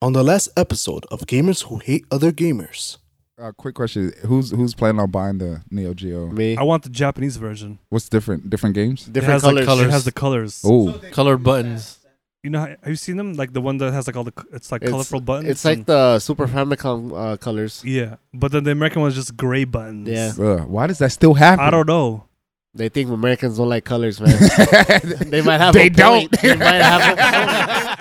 On the last episode of Gamers Who Hate Other Gamers, Uh, quick question: Who's who's planning on buying the Neo Geo? Me. I want the Japanese version. What's different? Different games? It Different has colors. The colors. It has the colors. Oh, Colored buttons. You know, have you seen them? Like the one that has like all the, c- it's like It's- colorful buttons. It's like and- the Super Famicom uh, colors. yeah, but then the American one's just gray buttons. Yeah. Ugh, why does that still happen? I don't know. They think Americans don't like colors, man. they might have. They a point. They might have. A point.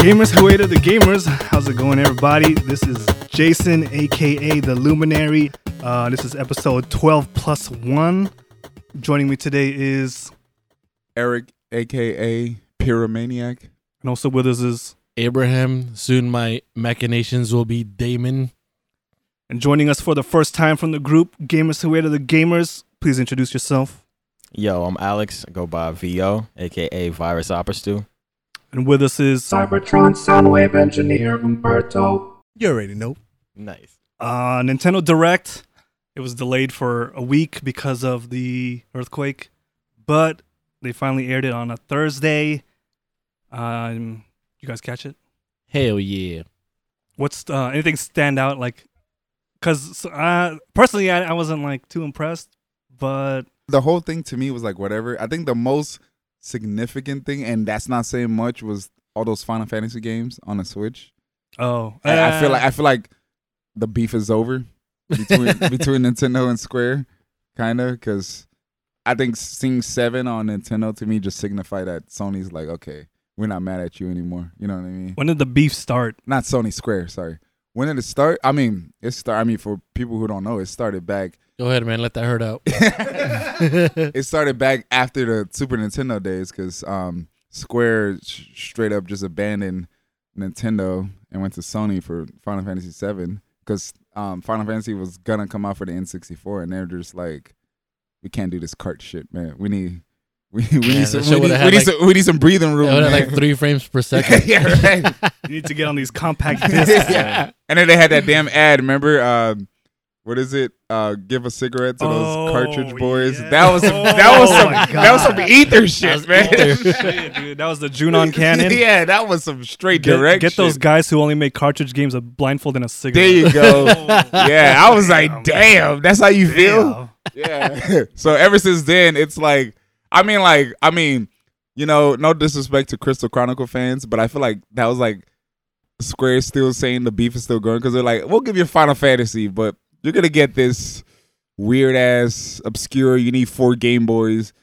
Gamers who hated the gamers, how's it going, everybody? This is Jason, aka the Luminary. Uh, this is episode 12 plus one. Joining me today is, Eric, aka Pyromaniac. And also with us is, Abraham. Soon my machinations will be Damon. and joining us for the first time from the group, Gamers who hated the gamers. Please introduce yourself. Yo, I'm Alex. I go by VO, aka Virus Opera Stew. and with us is, Cybertron Soundwave Engineer Umberto. you already know. Nice. uh, Nintendo Direct. It was delayed for a week because of the earthquake, but they finally aired it on a Thursday. Um, you guys catch it? Hell yeah. What's uh, anything stand out like? Because uh, personally, I, I wasn't like too impressed, but The whole thing to me was like whatever. I think the most significant thing, and that's not saying much, was all those Final Fantasy games on the Switch. oh, I, I feel uh, like I feel like the beef is over between between Nintendo and Square, kind of, because I think seeing seven on Nintendo to me just signify that Sony's like, okay, we're not mad at you anymore. You know what I mean? when did the beef start? Not Sony Square, sorry. When did it start? I mean, it start. I mean, for people who don't know, it started back. Go ahead, man. Let that hurt out. It started back after the Super Nintendo days, because um, Square sh- straight up just abandoned Nintendo and went to Sony for Final Fantasy VII, because um, Final Fantasy was gonna come out for the N64, and they're just like, we can't do this cart shit, man. We need, we, we Yeah, need that some, shit we need, would've had, we need like- some, we need some breathing room. I would have Oh, man. like three frames per second. yeah, right. You need to get on these compact discs. yeah. And then they had that damn ad. Remember, um, what is it? Uh, give a cigarette to those Oh, cartridge boys. yeah. That was some, that was Oh some my that was some God. ether shit, man. Shit, dude, that was the Junon cannon. yeah, that was some straight Get, direct. get those shit. guys who only make cartridge games a blindfold and There a cigarette. Oh, you go. yeah, I was Damn. like, damn, that's how you feel. Damn. Yeah. so ever since then, it's like, I mean, like, I mean, you know, no disrespect to Crystal Chronicle fans, but I feel like that was like Square still saying the beef is still going because they're like, we'll give you Final Fantasy, but you're gonna get this weird ass obscure. You need four Game Boys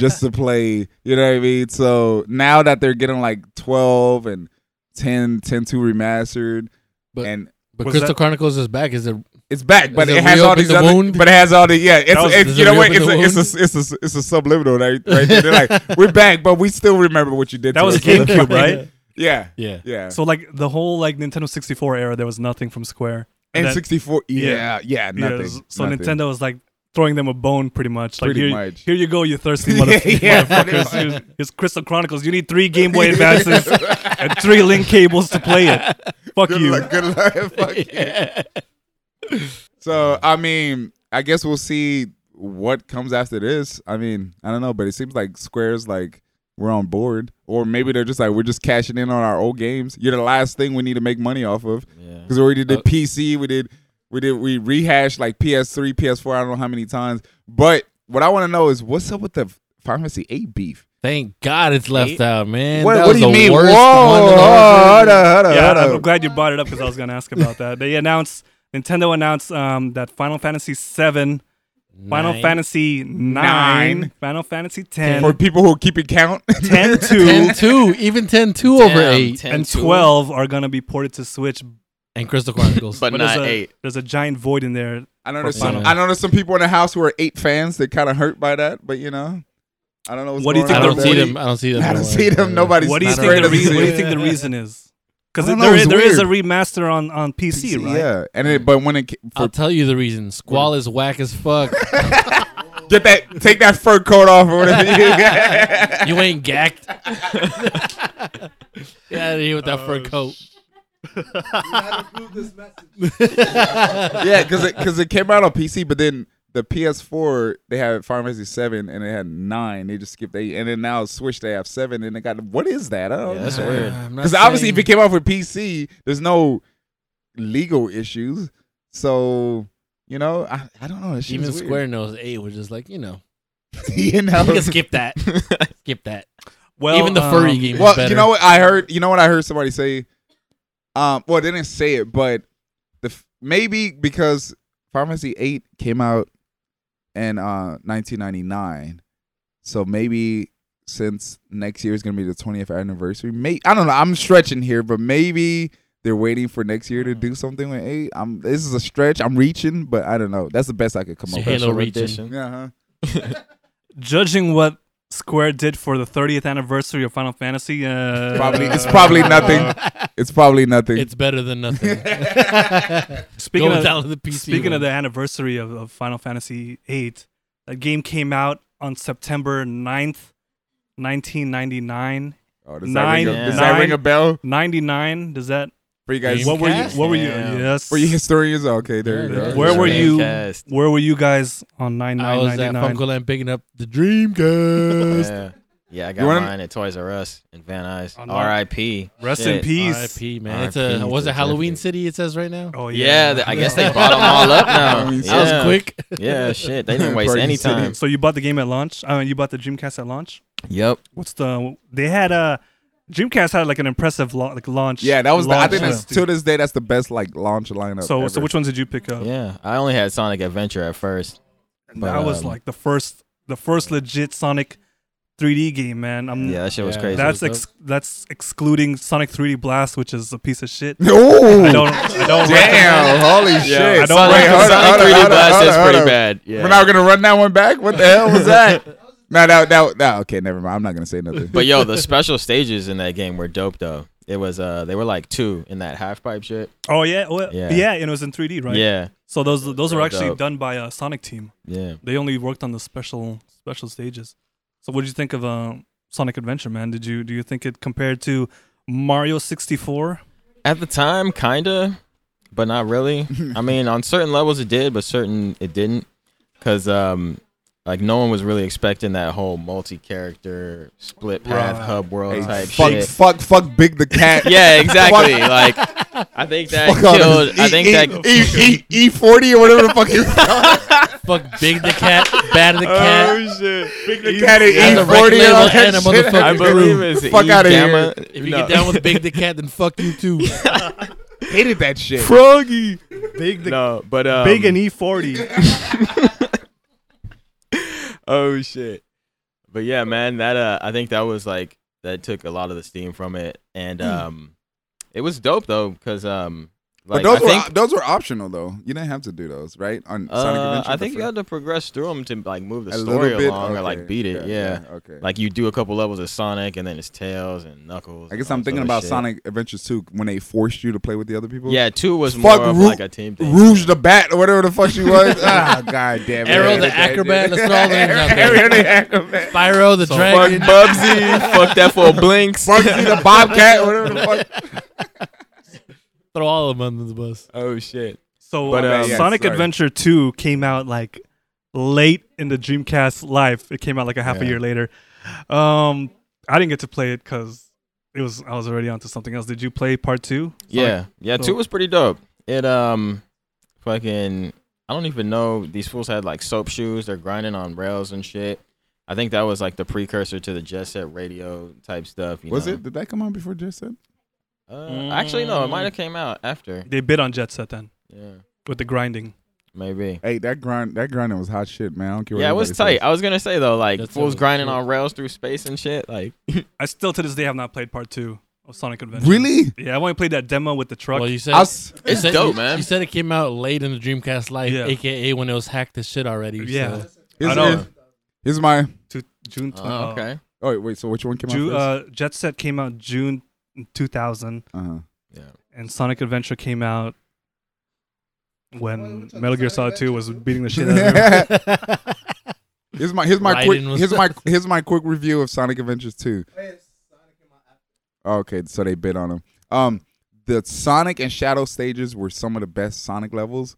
just to play. You know what I mean? So now that they're getting like 12 and 10, 10 2 remastered, But- and But Was Crystal that- Chronicles is back. Is it? it's back, but Does it, it has all reopen these the other. wound? But it has all the yeah. It's, That was- it's does you it know what? It's reopen a, the it's wound? a it's a it's a subliminal right, right there. They're like we're back, but we still remember what you did. That to was us. GameCube, right? Yeah, Yeah. yeah. So like the whole like Nintendo 64 era, there was nothing from Square. and that- sixty four. Yeah. Yeah, yeah. Yeah, Nothing. so nothing. Nintendo was like throwing them a bone, pretty much. Like Pretty here, much. here you go, you thirsty Yeah, motherf- yeah. motherfuckers. Here's, here's Crystal Chronicles. You need three Game Boy Advances and three link cables to play it. Fuck Good you. luck. Good luck. Fuck you. So I mean, I guess we'll see what comes after this. I mean, I don't know, but it seems like Square's like we're on board, or maybe they're just like we're just cashing in on our old games. You're the last thing we need to make money off of. Yeah. Because we already did Uh, PC, we did we did we rehashed like PS3, PS4, I don't know how many times. But what I want to know is what's up with the Final Fantasy 8 beef? Thank God it's left out, man. What, That what was do you the mean? Whoa, worst one in the whole hold series. up, hold up, Yeah, hold I'm up. glad you brought it up because I was gonna ask about that. They announced Nintendo announced um, that Final Fantasy VII, Final Nine. Fantasy Nine, Nine. Final Fantasy For Ten, people who keep it count, 10 2, 10 2, even 10 2 over 8. and 12 are gonna be ported to Switch. And Crystal Chronicles. but, there's not a, eight. There's a giant void in there. I know there's For some, Final- I know there's some people in the house who are eight fans that kind of hurt by that, but you know, I don't know. What's What do you going I think on don't with see that. them. I don't see them. I don't nowhere. see them. Nobody's. What do you not think Square the doesn't reason? see What do you it. think the reason is? Because I don't there know, is it's there is a weird. remaster on on PC, right? Yeah, and it, but when it ca- I'll for tell you the reason. Squall is whack as fuck. Get that, take that fur coat off or whatever. you got. You ain't gacked. Get out of here with that fur coat. yeah, because it, cause it came out on PC, but then the PS4 they had Final Fantasy Seven and they had nine. They just skipped eight, and then now Switch they have seven, and they got what is that? I don't Yeah, that's know. weird. Because obviously, if it came out for PC, there's no legal issues. So you know, I, I don't know. That shit even is weird. Square knows eight was just like you know, you know, you can skip that, skip that. Well, even the furry um, game. is well, better. you know what I heard. You know what I heard somebody say. Um, well, they didn't say it, but the f- maybe because Final Fantasy Eight came out in uh 1999, so maybe since next year is gonna be the 20th anniversary. May I don't know. I'm stretching here, but maybe they're waiting for next year to Mm. do something with Eight. I'm. This is a stretch. I'm reaching, but I don't know. That's the best I could come It's up Halo with. region. Special edition. Yeah. huh Judging what Square did for the 30th anniversary of Final Fantasy, uh, Probably. It's probably nothing. It's probably nothing. It's better than nothing. Speaking Going of down to the PC. Speaking of one. the anniversary of, of Final Fantasy VIII, that game came out on September 9th, 1999. oh, does, that ring a, Nine- does that ring a nine- bell 99, does that for you guys? What What were you what were you Damn. yes. Were you historians? Okay, there you go. Where were you? Dreamcast. Where were you guys on I was at 9999? Funkoland picking up the Dreamcast. Yeah. Yeah, I You got wanna- mine at Toys R Us in Van Nuys. Oh, no. R.I.P. Rest in Shit. peace. R.I.P. Man, it's R.I.P. a was it to Halloween Jeffrey. City? It says right now. Oh Yeah, th- I guess they bought them all up now. That That Yeah. was quick. Yeah, shit. They didn't waste Party any City. time. So you bought the game at launch? I mean, you bought the Dreamcast at launch? Yep. What's the They had a Dreamcast had like an impressive la- like launch. Yeah, that was. The, I launch think that's, system. to this day that's the best like launch lineup. So ever. so which ones did you pick up? Yeah. I only had Sonic Adventure at first. that was um, like the first the first legit Sonic 3D game, man. I'm Yeah, that shit was Yeah. crazy. Mm. that's was ex- that's excluding Sonic 3D Blast, which is a piece of shit. Ooh, I don't I don't recommend- damn! Holy shit! I don't Wait, like hold on, Sonic hold on, 3D hold on, Blast hold is on, pretty hold on. bad. Yeah. We're not gonna run that one back. What the hell was that? no, no, no, no. Okay, never mind. I'm not gonna say nothing. but yo, the special stages in that game were dope though. It was uh they were like two in that half pipe shit. Oh yeah, well, yeah, Yeah. and it was in 3D, right? Yeah. So those those were Real actually dope. done by a Sonic team. Yeah. They only worked on the special special stages. So what did you think of uh, Sonic Adventure, man? Did you do you think it compared to Mario 64? At the time, kinda, but not really. I mean, on certain levels it did, but certain it didn't, because um, like no one was really expecting that whole multi-character split path Right. hub world Hey, type fuck, shit. fuck, fuck, big the cat. Yeah, exactly. like, I think that Fuck all killed. this. I think E- that. E E forty or whatever the fuck is Fuck Big the cat, Bad Oh, the cat. shit! big the cat And and the E forty and all regular and a that shit. motherfucking I believe it's Fuck E outta gamma. If you No. get down with Big the cat, then fuck you too. hated that shit. Froggy. Big the No, but um, big and E E40. oh shit. But yeah, man, that uh I think that was like that took a lot of the steam from it Hmm. and um it was dope though cuz um like but those I were think those were optional though. You didn't have to do those, right? On Sonic uh, Adventure. I think the you fir- had to progress through them to like move the a little story bit? along or like Okay, beat it. Yeah. Okay. Like you do a couple levels of Sonic and then it's Tails and Knuckles. I and guess all I'm this thinking other about shit. Sonic Adventures 2 when they forced you to play with the other people. Yeah, 2 was Fuck more of Ru- like a team thing. Rouge the Bat or whatever the fuck she was. ah, god damn it. Arrow the acrobat, let's throw all the names out there. Arrow the acrobat. Spyro the Fuck dragon. Bubsy, fuck that for blinks. Bugsy the Bobcat, whatever the fuck. Throw all of them under the bus. oh shit. So But, uh, um, yeah, Sonic sorry. Adventure 2 came out like late in the Dreamcast life. It came out like a half a Yeah. year later. Um, I didn't get to play it because it was I was already onto something else. Did you play part two? Yeah, yeah, So- two was pretty dope. It um, fucking, I don't even know. These fools had like soap shoes. They're grinding on rails and shit. I think that was like the precursor to the jet set radio type stuff. You Was know? it? Did that come out before Just said? Uh, actually, no. It might have came out after. They bid on Jet Set then Yeah, with the grinding. maybe. Hey, that grind, that grinding was hot shit, man. I don't care. What Yeah, it was tight. I was gonna say though, like That's fools dope. grinding on rails through space and shit. Like, I still to this day have not played part two of Sonic Adventure. Really? Yeah, I only played that demo with the truck. Well, you said I was, you It's said- dope, you- man. You said it came out late in the Dreamcast life, Yeah. aka when it was hacked to shit already. yeah, so. here's, I know. here's- here's my. to June. twen- oh, okay. Oh wait, wait. So which one came Ju- out uh, Jet Set came out June 2000, first? Uh-huh. and Sonic Adventure came out when Metal Gear Solid 2 was beating the shit out of everyone. Here's my here's my Raiden quick was- here's my here's my quick review of Sonic Adventures 2. Okay, so they bid on him. Um, the Sonic and Shadow stages were some of the best Sonic levels,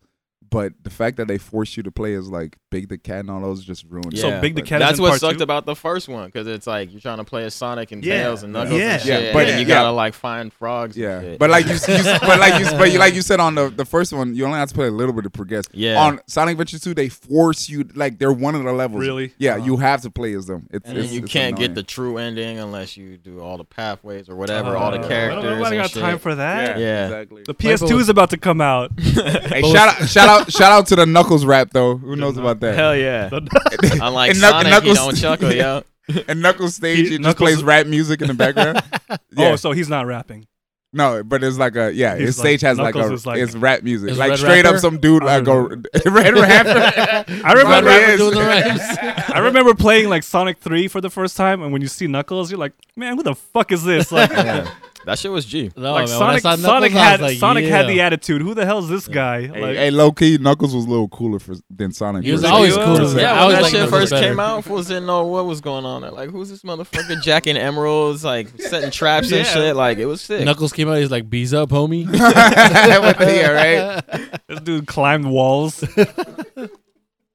but the fact that they force you to play is like Big the Cat and all those just ruined. So it. Big the But- Cat is That's in what part sucked two? about the first one because it's like you're trying to play as Sonic and Yeah. Tails and Knuckles Yeah. and Yeah, shit, but- and you yeah. gotta like find frogs. and Yeah, shit. but like you, you but like you, but you, like you said on the, the first one, you only have to play a little bit to progress. Yeah. On Sonic Adventure Two, they force you like they're one of the levels. Really? Yeah, you have to play as them. It's, and then it's- you it's can't get the annoying. true ending unless you do all the pathways or whatever, all Uh, the I characters. don't know if I and got shit. time for that. Yeah. exactly. The PS2 is about to come out. Hey, shout out, shout out, shout out to the Knuckles rap though. Who knows about that? Hell yeah! I like And Knuck- Sonic. Knuckles- He don't chuckle, yo. And Knuckles stage, He- it just Knuckles- plays rap music in the background. yeah. Oh, so he's not rapping. no, but it's like a yeah. He's His stage like- has like a Knuckles is like- it's rap music, Is like Red straight up Rapper? some dude I like go don't red rapper. I remember, Red Rapper is. doing the raps. I remember playing like Sonic 3 for the first time, and when you see Knuckles, you're like, man, who the fuck is this? Like, That shit was G. like No, man, Oh, when I Sonic, saw Knuckles, Sonic I was had like, Sonic had yeah. the attitude. Who the hell is this guy? Like, hey, hey, low key, Knuckles was a little cooler for, than Sonic. He was for sure. always Yeah, cool. when I Yeah, always when that liked shit Knuckles first better. came out, fools didn't know what was going on. They're Like, who's this motherfucker jacking emeralds, like setting traps and Yeah. shit? Like, it was sick. Knuckles came out. He's like, "Bees up, homie." With the- yeah, right. this dude climbed walls.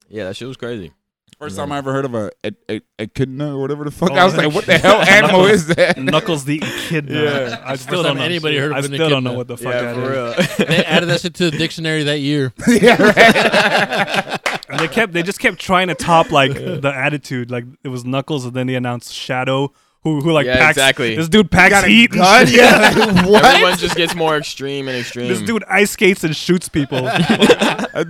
Yeah, that shit was crazy. First time I ever heard of a a- a- echidna or whatever the fuck. Oh, I was like, what the hell animal is that? Knuckles the Echidna. Yeah. I First still don't time know. anybody heard of I an still don't know echidna. what the fuck that is. they added that shit to the dictionary that year. yeah, right. And they kept they just kept trying to top like the attitude. Like it was Knuckles, and then they announced Shadow, who who like Yeah, packs exactly. this dude packs Got a heat. and gun? shit. Yeah, like, what? Everyone just gets more extreme and extreme. This dude ice skates and shoots people. That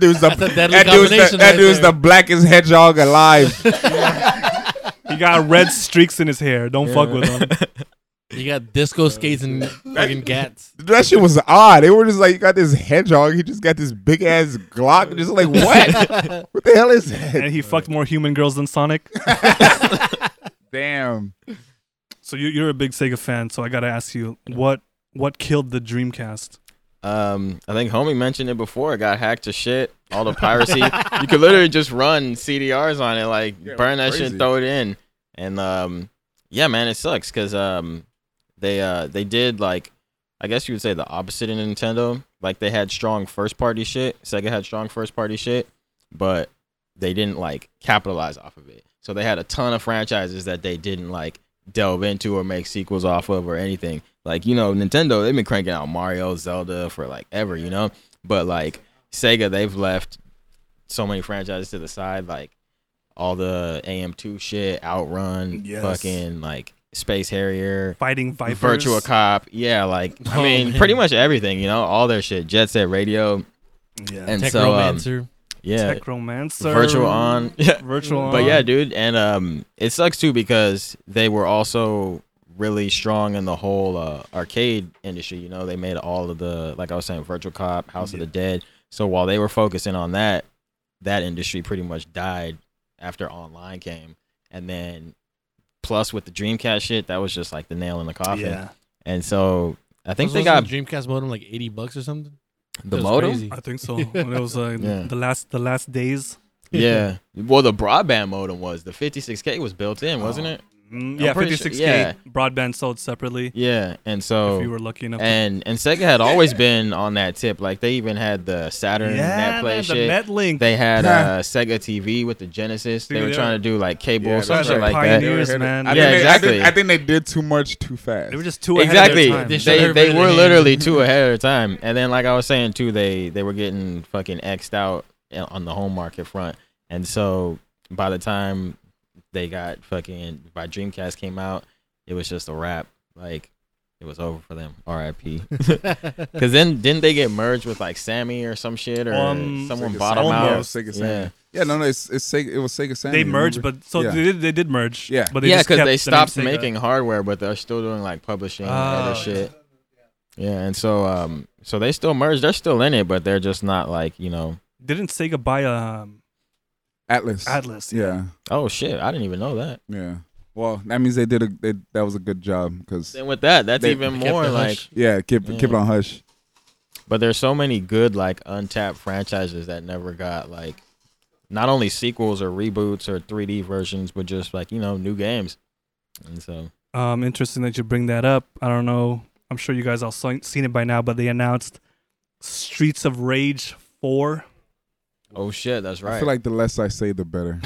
That dude's the, a deadly that dude's the, combination that right dude's there. the blackest hedgehog alive. he got red streaks in his hair. Don't fuck with him. You got disco skates and fucking gats. That shit was odd. They were just like, you got this hedgehog. He just got this big ass Glock. Just like, what? what the hell is that? And he fucked more human girls than Sonic. Damn. So you, you're a big Sega fan. So I gotta ask you, what what killed the Dreamcast? Um, I think homie mentioned it before. It got hacked to shit. All the piracy. you could literally just run CDRs on it, like Yeah, burn that shit, crazy. and throw it in, and um, yeah, man, it sucks because um, they uh they did like, I guess you would say the opposite in Nintendo. Like they had strong first party shit. Sega had strong first party shit, but they didn't like capitalize off of it. So they had a ton of franchises that they didn't like delve into or make sequels off of or anything. Like, you know, Nintendo, they've been cranking out Mario, Zelda for like ever, you know? But like Sega, they've left so many franchises to the side, like all the AM2 shit, Outrun, Yes. fucking like Space Harrier, Fighting vipers. Virtua Cop. Yeah, like, I Oh, mean, man. pretty much everything, you know? All their shit, Jet Set Radio. Yeah. And Tech so, um, romancer. yeah, Techromancer. Virtual On. Yeah. Virtual on. But yeah, dude, and um, it sucks too because they were also really strong in the whole uh, arcade industry. You know, they made all of the like I was saying, Virtual Cop, House of the Dead. So while they were focusing on that, that industry pretty much died after online came, and then plus with the Dreamcast shit, that was just like the nail in the Ah, coffin. Yeah. And so I think Was- they wasn't got the Dreamcast modem like eighty bucks or something. the It was modem. crazy. I think so. When it was uh, Yeah. the last the last days. Yeah. Well, the broadband modem was the 56k was built in, wasn't it? Mm, I'm yeah, pretty sure- 56k yeah. broadband sold separately. Yeah. And so If you were lucky enough. to- and and Sega had always been on that tip. Like they even had the Saturn yeah, that play man, the shit. Metlink. they had uh, Sega TV with the Genesis. Dude, they were yeah. trying to do like cable Yeah, or some that's shit right. like that. Pioneers, man. I Yeah, think They, exactly. I, think, I think they did too much too fast. they were just too ahead Exactly. of their time. They showed They everybody they were their literally two ahead of their time. And then like I was saying too, they they were getting fucking xed out on the home market front. And so by the time they got fucking by Dreamcast came out, it was just a wrap. Like it was over for them. R.I.P. Because then didn't they get merged with like Sammy or some shit or Um, someone Sega bought them Sammy. out? Yeah, Sega Sammy. yeah, yeah, no, no, it's, it's Sega, it was Sega Sammy. They merged, remember? but so Yeah. they, did, they did merge. Yeah. but they yeah, just because kept they the name stopped Sega. making hardware, but they're still doing like publishing and Ah. other shit. Yeah, and so um, so they still merged. They're still in it, but they're just not like you know. Didn't Sega buy um, Atlas. Atlas? Yeah, Oh shit! I didn't even know that. yeah. Well, that means they did a they, that was a good job because Then with that, that's They- even Kept more the like. hush. yeah, keep Yeah. keep it on hush. But there's so many good like untapped franchises that never got like not only sequels or reboots or 3D versions, but just like you know new games. And so Um, interesting that you bring that up. I don't know. I'm sure you guys all saw- seen it by now, but they announced Streets of Rage 4. oh shit, that's I right. feel like the less I say, the better.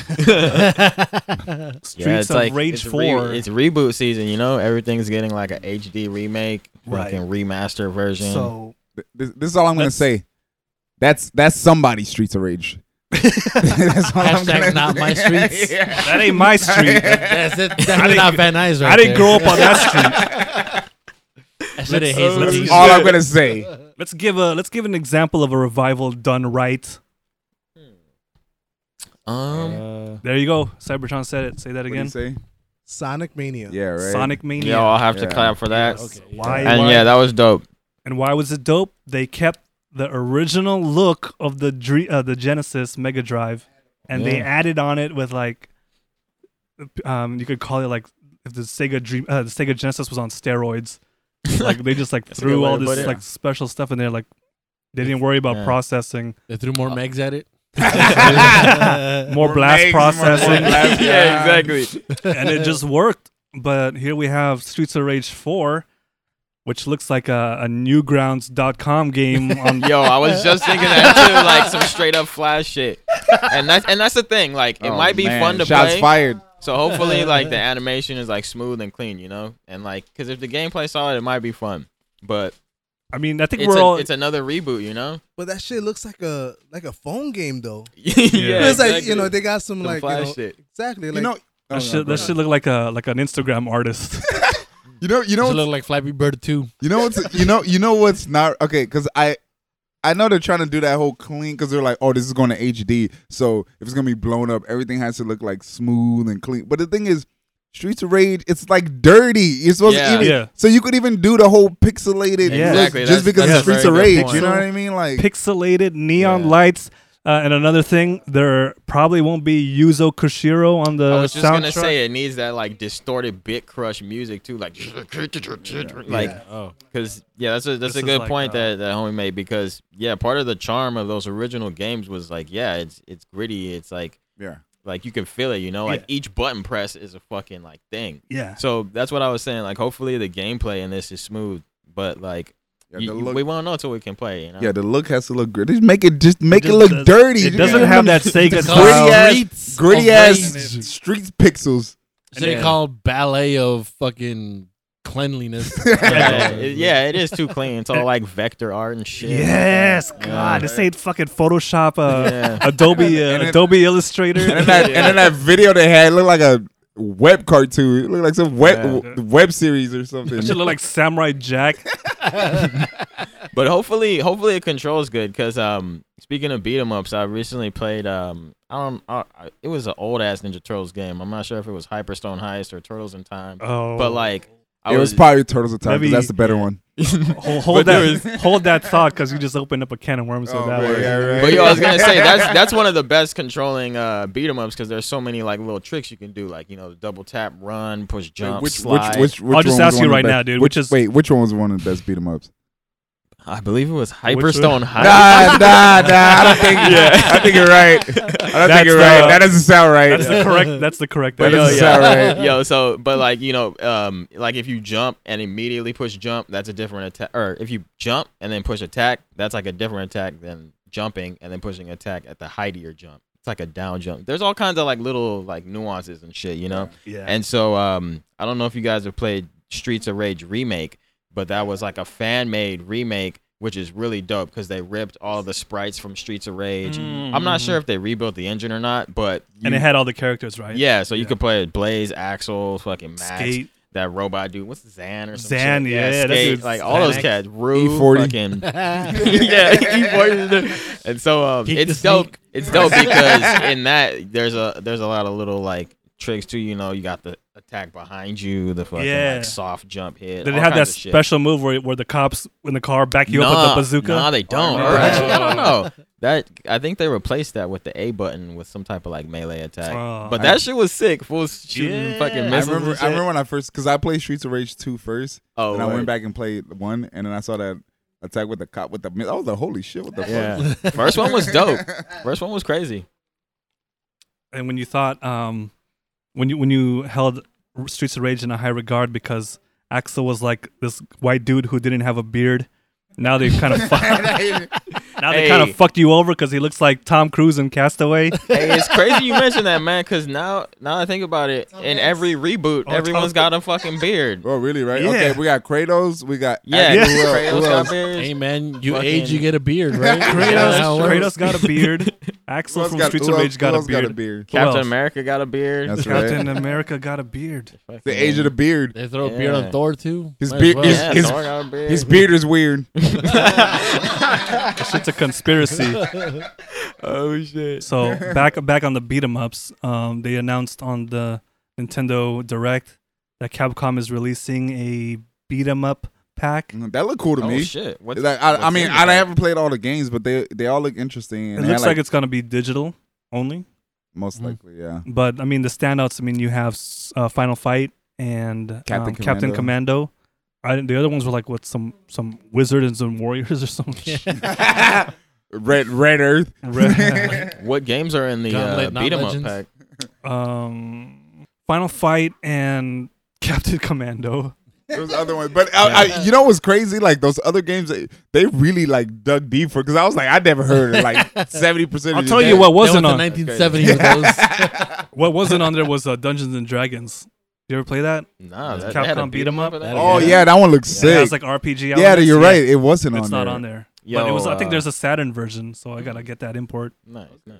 Streets it's of like- Rage it's 4. re- it's reboot season, you know. Everything's getting like a HD remake, Right. fucking remaster version. so Th- This, this is all I'm gonna That's- say. That's that's somebody's streets of rage. that's all Hashtag not my streets. Yeah. that ain't my street. That's it. I That's didn't- not Van Nuys right I didn't there. grow up on that street. I should have Let's- hazed That's these. all I'm gonna say. Let's give a let's give an example of a revival done right. um, There you go. Cybertron said it. Say that What do you again. say? Sonic Mania. Yeah, right. Sonic Mania. yo, I'll have to Yeah. clap for that. Why? And why- yeah, that was dope. And why was it dope? They kept the original look of the dre- uh, the Genesis Mega Drive, and they Yeah. added on it with like, um, you could call it like if the Sega Dream, uh, the Sega Genesis was on steroids. Like they just like That's a good threw way all to put this it. like special stuff in there. Like they didn't worry about Yeah. processing, They threw more megs at it. more blast Megs, more processing, blast- yeah, exactly. and it just worked. But here we have Streets of Rage 4, which looks like a, a Newgrounds.com game on Yo, I was just thinking that too, like some straight up flash shit. And that's and that's the thing. Like it Oh, might be man. fun to Shots play. fired. So hopefully, like the animation is like smooth and clean, you know, and like because if the gameplay's solid, it might be fun. But I mean, I think it's, we're a, all. it's another reboot, you know. But that shit looks like a like a phone game though. yeah, it's like exactly. you know they got some, Some like you flash know, shit. exactly You like know, oh, that should that should look like a like an Instagram artist. you know, you know, Should what's- look like Flappy Bird 2. You know what's you know you know what's not okay because I I know they're trying to do that whole clean because they're like oh this is going to HD so if it's gonna be blown up everything has to look like smooth and clean but the thing is Streets of Rage it's like dirty you're supposed Yeah. to even Yeah. so you could even do the whole pixelated Yeah. look Exactly, just that's- because that's it's Streets a of very good Rage you point. know what I mean like Pixelated neon Yeah. lights. Uh, and another thing, there probably won't be Yuzo Koshiro on the I was just Uh, soundtrack. gonna say it needs that like distorted bit crush music too, like like Oh. because yeah, that's a that's This is a good like, point uh, that that homie made because yeah, part of the charm of those original games was like yeah, it's it's gritty, it's like yeah like you can feel it, you know, like each button press is a fucking like thing. yeah, So that's what I was saying. Like, hopefully the gameplay in this is smooth, but like yeah you- the you- look we won't know until we can play. You know? yeah the look has to look good just make it just make it, just look does- dirty it You doesn't know? have that Sega Just style. gritty ass Streets gritty of ass Rage. streets pixels So they Yeah. call it ballet of fucking cleanliness. yeah, uh, it, yeah, it is too clean. It's all like vector art and shit. yes, God, this ain't fucking Photoshop, uh, Yeah. Adobe, uh, And it- Adobe Illustrator. and then that and then that video they had looked like a web cartoon. It looked like some web Yeah. w- web series or something. That should look like Samurai Jack. But hopefully, hopefully it controls good. Cause um, speaking of beat 'em ups, I recently played um, I don't, I, I- it was an old ass Ninja Turtles game. I'm not sure if it was Hyperstone Heist or Turtles in Time, Oh, but like I it was, probably Turtles Attack. Maybe- that's the better one. hold, hold that hold that thought because you just opened up a can of worms Oh, with that. one. But yo, I was gonna say that's that's one of the best controlling uh, beat 'em ups because there's so many like little tricks you can do, like you know the double tap, run, push, jump, which, slide. which which which I'll just one was ask one you of the right best- now, dude, Which, which is- wait, which one was one of the best beat 'em ups? I believe it was Hyperstone Nah, High. nah, nah. I don't think. Yeah, I think you're right. I don't That's think you're the- right. That doesn't sound right. That's the correct. That's the correct. That answer. doesn't yeah. sound right. Yo, so but like you know, um, like if you jump and immediately push jump, that's a different attack. Or if you jump and then push attack, that's like a different attack than jumping and then pushing attack at the height of your jump. It's like a down jump. There's all kinds of like little like nuances and shit, you know. Yeah. And so um, I don't know if you guys have played Streets of Rage remake, but that was like a fan made remake, which is really dope because they ripped all the sprites from Streets of Rage. Mm. I'm not sure if they rebuilt the engine or not, but and you- it had all the characters, right? yeah, so you Yeah. could play Blaze, Axel, fucking Max, Skate. that robot dude. What's Zan or something? Zan, yeah, that dude's like all those Xanax. cats. Rue, E40. fucking yeah, E40. And so um, Peek it's the sneak. dope. It's dope because in that there's a there's a lot of little like tricks too. You know, you got the attack behind you, the fucking Yeah. like soft jump hit. Did it all have that kinds of shit. special move where, where the cops in the car back you up with Nah, the bazooka? Nah, they don't. remember Or that. actually, I don't know. That I think they replaced that with the A button with some type of like melee attack. Oh. but that shit was sick. Full shooting Yeah. I fucking Uh, I missiles. and remember. shit. I remember when I first because I played Streets of Rage 2 first, Oh, and I word. went back and played one, and then I saw that attack with the cop with the. I was like, holy shit! What the fuck? Yeah. First one was dope. First one was crazy. and when you thought um, when you when you held R- Streets of Rage in a high regard because Axel was like this white dude who didn't have a beard. Now they kind of fu- now they kind Hey. of fucked you over because he looks like Tom Cruise in Castaway. hey, it's crazy you mentioned that, man. Because now, now I think about it, in every reboot, Tom everyone's got a fucking beard. Oh, really? Right? Yeah. Okay, we got Kratos. We got Yeah, Agnes, who else- Kratos who got else? beards. Hey man, you Fucking- age, you get a beard, right? Kratos, How it works. Kratos got a beard. Who Axel else from got- Streets who of else- Rage who got a else got a beard. beard. Captain else? America got a beard. That's right. Captain America got a beard. Fucking- The age of the beard. They throw a beard Yeah. on Thor too. His Might beard as well. is- Yeah, his- Thor got a beard. His beard is weird. That shit's a conspiracy. oh shit. So back back on the beat 'em ups, um, they announced on the Nintendo Direct that Capcom is releasing a beat 'em up pack. Mm, That looked cool to Oh me. shit. What's, Like, I, I what's mean, in I that? haven't played all the games, but they they all look interesting. It and I looks like, like, it's gonna be digital only, most Mm. Mhm. likely, yeah. but I mean the standouts. I mean you have s- uh, Final Fight and um, Captain Captain Commando. I didn't- the other ones were like what some some wizards and some warriors or something. Red Red Earth. What games are in the uh, Gauntlet, not beat 'em up Legends. pack? um, Final Fight and Captain Commando. Those other ones, but I, I, you know what's crazy? Like those other games, they, they really like dug deep for because I was like, I never heard of like seventy percent. I'll tell you what That was wasn't the on. 1970 with those. What wasn't on there was uh, Dungeons and Dragons. You ever play that? Nah, Does that, they had a Capcom beat 'em up? of that? Oh Yeah. yeah, that one looks It sick. has like RPG. Yeah, elements. you're right. It wasn't on. It's not there. on there. Yo, but it was. I uh, think there's a Saturn version, so I gotta get that import. Nice, nice.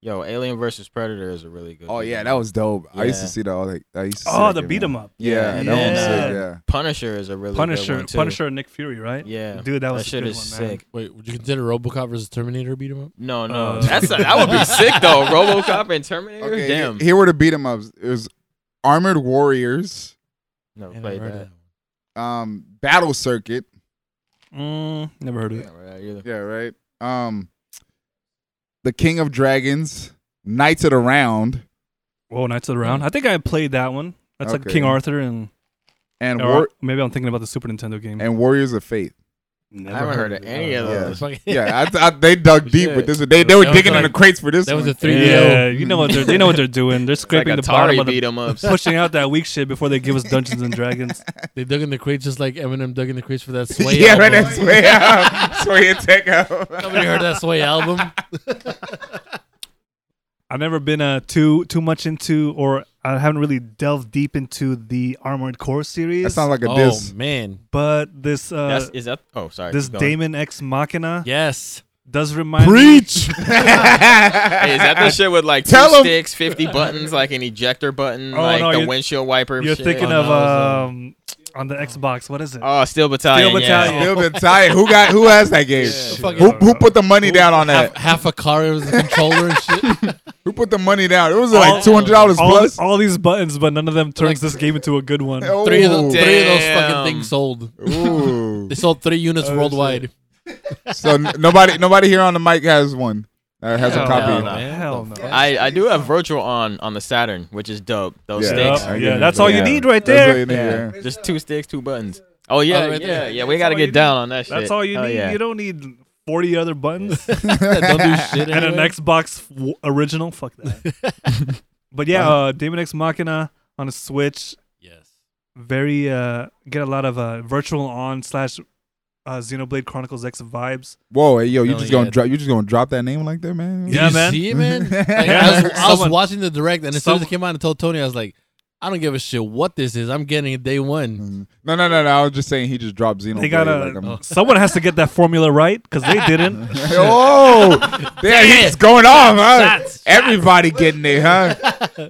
Yo, Alien versus Predator is a really good. Oh yeah, game. that was dope. I used to Yeah. see that. all, Like I used to. See Oh, that the game. beat 'em up. Yeah, that one was Yeah. sick. Yeah. Punisher is a really good Punisher, one too. Punisher, and Nick Fury, right? Yeah, Dude, that was a shit good is one, man. sick. Wait, would you consider RoboCop versus Terminator beat 'em up? No, no, Uh, that's a, that would be sick though. RoboCop and Terminator. Okay, Damn, Here, here were the beat 'em ups. It was Armored Warriors, never Man, I played heard that. um, Battle Circuit. Mm, never heard of it. Never heard that either. Yeah, right. Um, the King of Dragons, Knights of the Round, Whoa, Knights of the Round. I think I played that one. That's like Okay. King Arthur and, and or War- maybe I'm thinking about the Super Nintendo game. and Warriors of Faith. I haven't heard of any of Yeah. those. that. Fucking- Yeah, I, I, they dug deep with this. one. They they were That was digging in like- the crates for this. that was one. a 3DO. yeah, you know what they're they know what they're doing. They're It's like scraping the bottom Atari of beat the 'em ups. pushing out that weak shit before they give us Dungeons and Dragons. They dug in the crates just like Eminem dug in the crates for that Sway. yeah, album. right. That's way out. Sway and tech out. Nobody heard that Sway album. I've never been uh, too too much into, or I haven't really delved deep into the Armored Core series, That sounds like a Oh diss. man, but this uh, That's, is that? Oh, sorry. this keep going. Damon X Machina yes. does remind me. Preach. Hey, is that the shit with like Tell two 'em. sticks, fifty buttons, like an ejector button, Oh, like no, the you're- windshield wiper? You're shit? uh, thinking Oh, of no, so- um on the Xbox. What is it? Oh, Steel Battalion. Steel yeah. Battalion. Still been tired. Who got? Who has that game? Who, who put the money down on half, that? half a car. It was a controller and shit. Who put the money down? It was like two hundred dollars all, plus. all these buttons, but none of them turns this game into a good one. Oh. Three of, the, three of those Damn. fucking things sold. Ooh. They sold three units worldwide. so n- nobody, nobody here on the mic has one. Uh, has a Hell copy. no, no. Hell no. I, I do have virtual on on the Saturn, which is dope. Those Yeah. sticks. I Yep. get Yeah, it. that's all Yeah. you need right That's there. what it is, yeah. Just two sticks, two buttons. Oh yeah, right yeah, there. yeah. We gotta all get you down on that shit. That's all you Hell need. yeah. You don't need 40 other buttons That don't do shit. and an anyway. Xbox w- original. Fuck that. but yeah, uh, Demon X Machina on a Switch. Yes. Very uh, get a lot of uh, virtual on slash uh, Xenoblade Chronicles X vibes. Whoa, hey, yo, you No, just yeah. gonna drop? You just gonna drop that name like that, man? Did Yeah, you man. See it, man. Like, Yeah, I, was, man. I was Someone- watching the direct, and as soon as someone- it came out, I told Tony, I was like, I don't give a shit what this is. I'm getting it day one. Mm. No, no, no, no. I was just saying he just dropped Xenoblade. They gotta- like, Oh. I'm- Someone has to get that formula right because they didn't. oh, yeah, he's going off, huh? Everybody getting it, huh?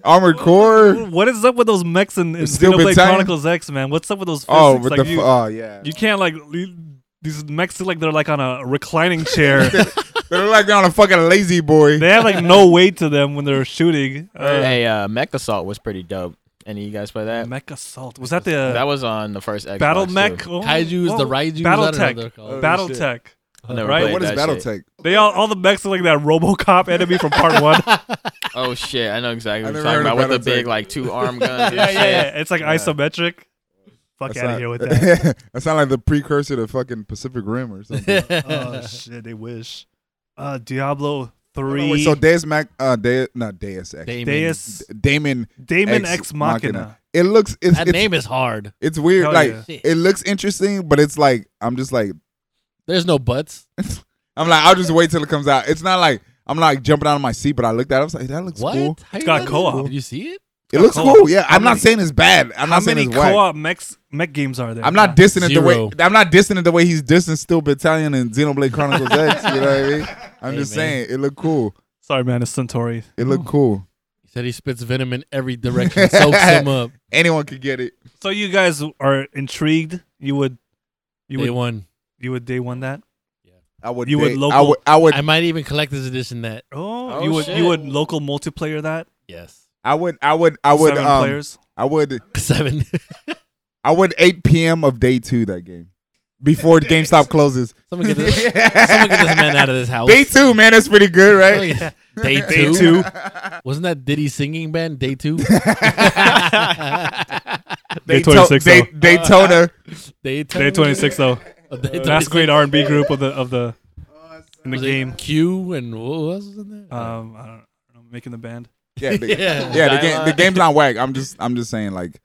Armored Core. What is up with those mechs in, in It's still Xenoblade battalion? Chronicles X, man? What's up with those physics? Oh, with like the you, f- oh yeah. you can't like le- these mechs look like they're like on a reclining chair. They look like they're on a fucking lazy boy. they have like no weight to them when they're shooting. Uh, Hey, uh, Mech Assault was pretty dope. Any of you guys play that? mech assault was that the uh, that was on the first Xbox. battle too. mech? Oh, Kaiju is whoa. the Raiju. I don't know what Battletech. they're called. Battle shit. Tech. I never Right? played what is that shit. BattleTech? They all all the mechs look like that RoboCop enemy from part one. Oh shit, I know exactly I what never you're talking heard about of with the BattleTech. big like two arm guns. yeah, yeah, yeah. It's like Yeah. isometric. Fuck That's out of not- here with that. that sound like the precursor to fucking Pacific Rim or something. oh shit, they wish. Uh, Diablo three. Wait, so Deus Mac, uh, Deus, not Deus Ex, Damon. Deus Damon, Damon Ex, Machina. It looks, it's, That it's, name is hard. it's weird. Hell like yeah. Shit. it looks interesting, but it's like I'm just like There's no buts. I'm like I'll just wait till it comes out. It's not like I'm like jumping out of my seat, but I looked at, it, I was like, that looks What? cool. How you got not- co-op. Did you see it? It looks co-op. cool. Yeah, I'm How not many- saying it's bad. I'm How not saying many it's whack. co-op mechs, mech games are there? I'm not dissing it the way Zero. I'm not dissing it the way he's dissing Steel Battalion and Xenoblade Chronicles X. You know what I mean? I'm Hey, just man. saying it looked cool. Sorry, man. It's Centauri. It looked cool. He said he spits venom in every direction, soaks him up. Anyone could get it. So you guys are intrigued. You would, you Day would, one. you would day one that. I would. You would date- I local- would. I would. I might even collect this edition. That Oh, Oh, you would, shit. you would local multiplayer that. yes, I would. I would. I would. Seven Um, players. I would. seven. I would. 8 p.m. of day two that game before GameStop closes. Someone get this. someone get this man out of this house. Oh, Day two, man. That's pretty good, right? Day Day two. two. Wasn't that Diddy singing band? Day two. Day Daytona 6-0. Uh, Daytona. day two. Oh, Day Uh, twenty six though. Last great R and B group of the of the in the game. Q and what else was in there? Um, I don't know, making the band. Yeah. They, yeah. yeah. The game. The game's not whack. I'm just. I'm just saying. Like,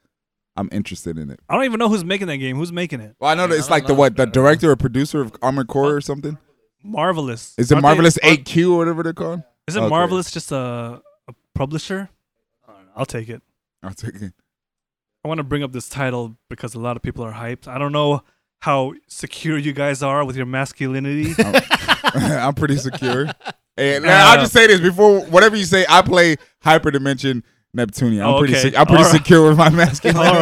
I'm interested in it. I don't even know who's making that game. Who's making it? Well, I know that it's I like don't the know. what the director or producer of Armored Core or something. Marvelous. Is it Aren't they- Marvelous aren't- Eight Q or whatever they're called? Isn't Okay. Marvelous just a, a publisher? I don't know. I'll take it. I'll take it. I want to bring up this title because a lot of people are hyped. I don't know how secure you guys are with your masculinity. I'm pretty secure. And now, I'll Uh, just say this before whatever you say. I play Hyperdimension Neptunia. I'm Oh, pretty. okay. Sec- I'm pretty All right. secure with my masculinity. All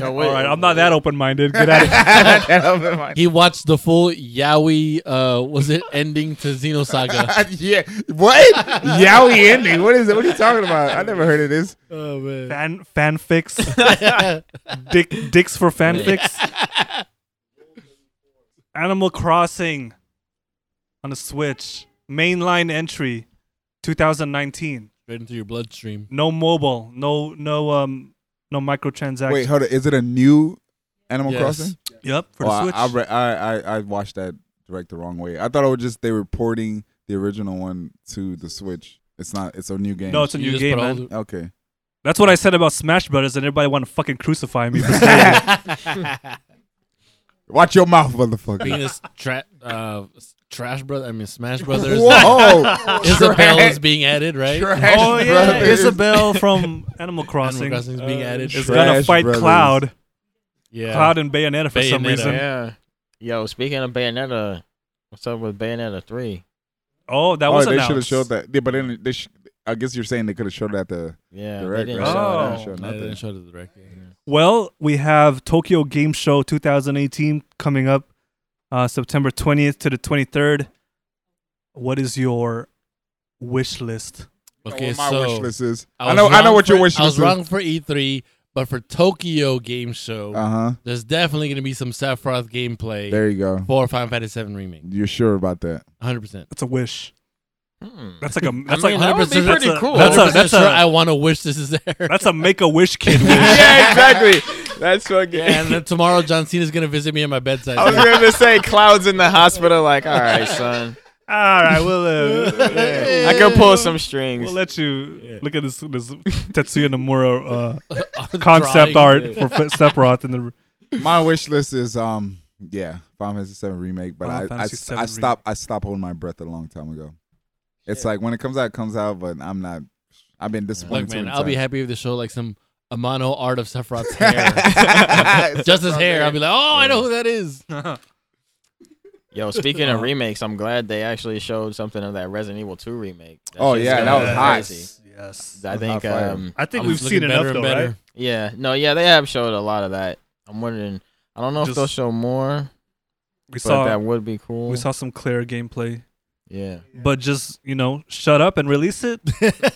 Yo, wait, All right, I'm not that open-minded. Get out of here. He watched the full Yaoi. Uh, was it ending to Xenosaga? yeah. What? Yowie ending. What is it? What are you talking about? I never heard of this. oh man. Fan fanfics, dick dicks for fanfics. Animal Crossing on the Switch, mainline entry, 2019. Straight into your bloodstream. No mobile, no no um no microtransactions. Wait, hold on. Is it a new Animal Yes. Crossing? yep, for Oh, the I- Switch. I, re- I, I I watched that direct the wrong way. I thought it was just they were porting the original one to the Switch. It's not. It's a new game. no, it's a new You just game, put all man. the- Okay. That's what I said about Smash Brothers, and everybody want to fucking crucify me. For saying that. Watch your mouth, motherfucker. Being a tra- uh, s- trash brother, I mean Smash Brothers. Whoa. Oh, Isabel Trash- is being added, right? Trash Oh yeah, Brothers. Isabel from Animal Crossing. Animal Crossing is being added. Is Trash gonna fight Brothers. Cloud, Yeah. Cloud and Bayonetta for some Bayonetta. reason. Yeah. Yo, speaking of Bayonetta, what's up with Bayonetta three? Oh, that Oh, was they announced. should have showed that. Yeah, but then they sh- I guess you're saying they could have showed that the Yeah, direct. they didn't right? Oh. They show didn't show No, Oh, it. they nothing. didn't show the director. Well, we have Tokyo Game Show 2018 coming up uh, September 20th to the 23rd. What is your wish list? Okay, what my so wish list is. I, was know. I know wrong what your for- wish list I was is. wrong for E3, but for Tokyo Game Show, Uh huh. there's definitely going to be some Sephiroth gameplay There you go. for Final Fantasy VII Remake. You're sure about that? 100%. That's a wish. Hmm. That's like a that's I like mean, that would be 100% pretty that's a- cool. that's a- 100% sure I want to wish this is there. that's a make a wish kid wish. yeah, exactly. That's fucking. and then tomorrow, John Cena's going to visit me at my bedside. I was gonna say clouds in the hospital. Like, all right, son, All right, we'll uh, I could pull some strings. we'll let you look at this this Tetsuya Nomura uh, On concept drawing. art for F- Sephiroth and the My wish list is um yeah Final Fantasy Seven remake, but Final I I, Fantasy I 7 stopped I stopped holding my breath a long time ago. It's like when it comes out, it comes out, but I'm not. I've been disappointed. Look, too man, many I'll be times. happy if they show like some Amano art of Sephiroth's hair. Just his hair. I'll be like, oh, I know who that is. Yo, speaking of remakes, I'm glad they actually showed something of that Resident Evil 2 remake. That Oh shit's yeah, gonna that was be hot. crazy. yes. I was hot think, fire. um, I think I'm we've just seen looking enough better though, and right? better. yeah, no, yeah, they have showed a lot of that. I'm wondering, I don't know if Just- they'll show more, We but saw that would be cool. we saw some clear gameplay, yeah, but just you know, shut up and release it.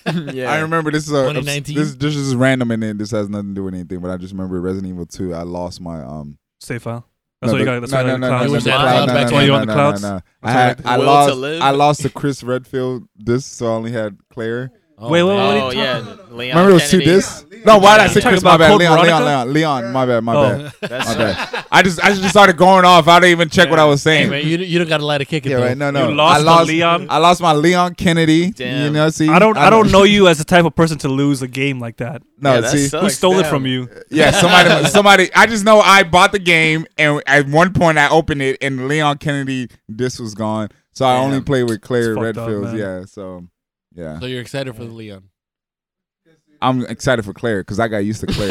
yeah. I remember this is a, 2019? this this is random and then this has nothing to do with anything, but I just remember Resident Evil Two. I lost my um. Save file. That's no, what the- you got. That's no, what no, you no, got. no, Clouds. You no, were no, no, on no, cloud back no, when you were no, on no, the clouds? no, no. I That's had right. I Will to lost live. I lost to Chris Redfield this, so I only had Claire. wait, wait, wait. Oh yeah, Leon Remember it was two Kennedy. discs? No, why did I say Talking Chris? My about bad. Code Leon, Leon, Veronica? Leon, Leon. My bad, my Oh. bad. That's My right. bad. I just I just started going off. I didn't even check what I was Hey, saying. man, you, you don't got to let it kick it. yeah, though. right. No, no. You lost I the lost Leon? I lost my Leon Kennedy. You Damn. know, see, I don't I don't know you as the type of person to lose a game like that. No, Yeah, that see, sucks. Who stole it Damn. from you? yeah, somebody, somebody. I just know I bought the game, and at one point I opened it, and Leon Kennedy disc was gone, so I only Damn. played with Claire It's fucked up, Redfields. man. yeah, so yeah, So you're excited for the Leon. I'm excited for Claire because I got used to Claire.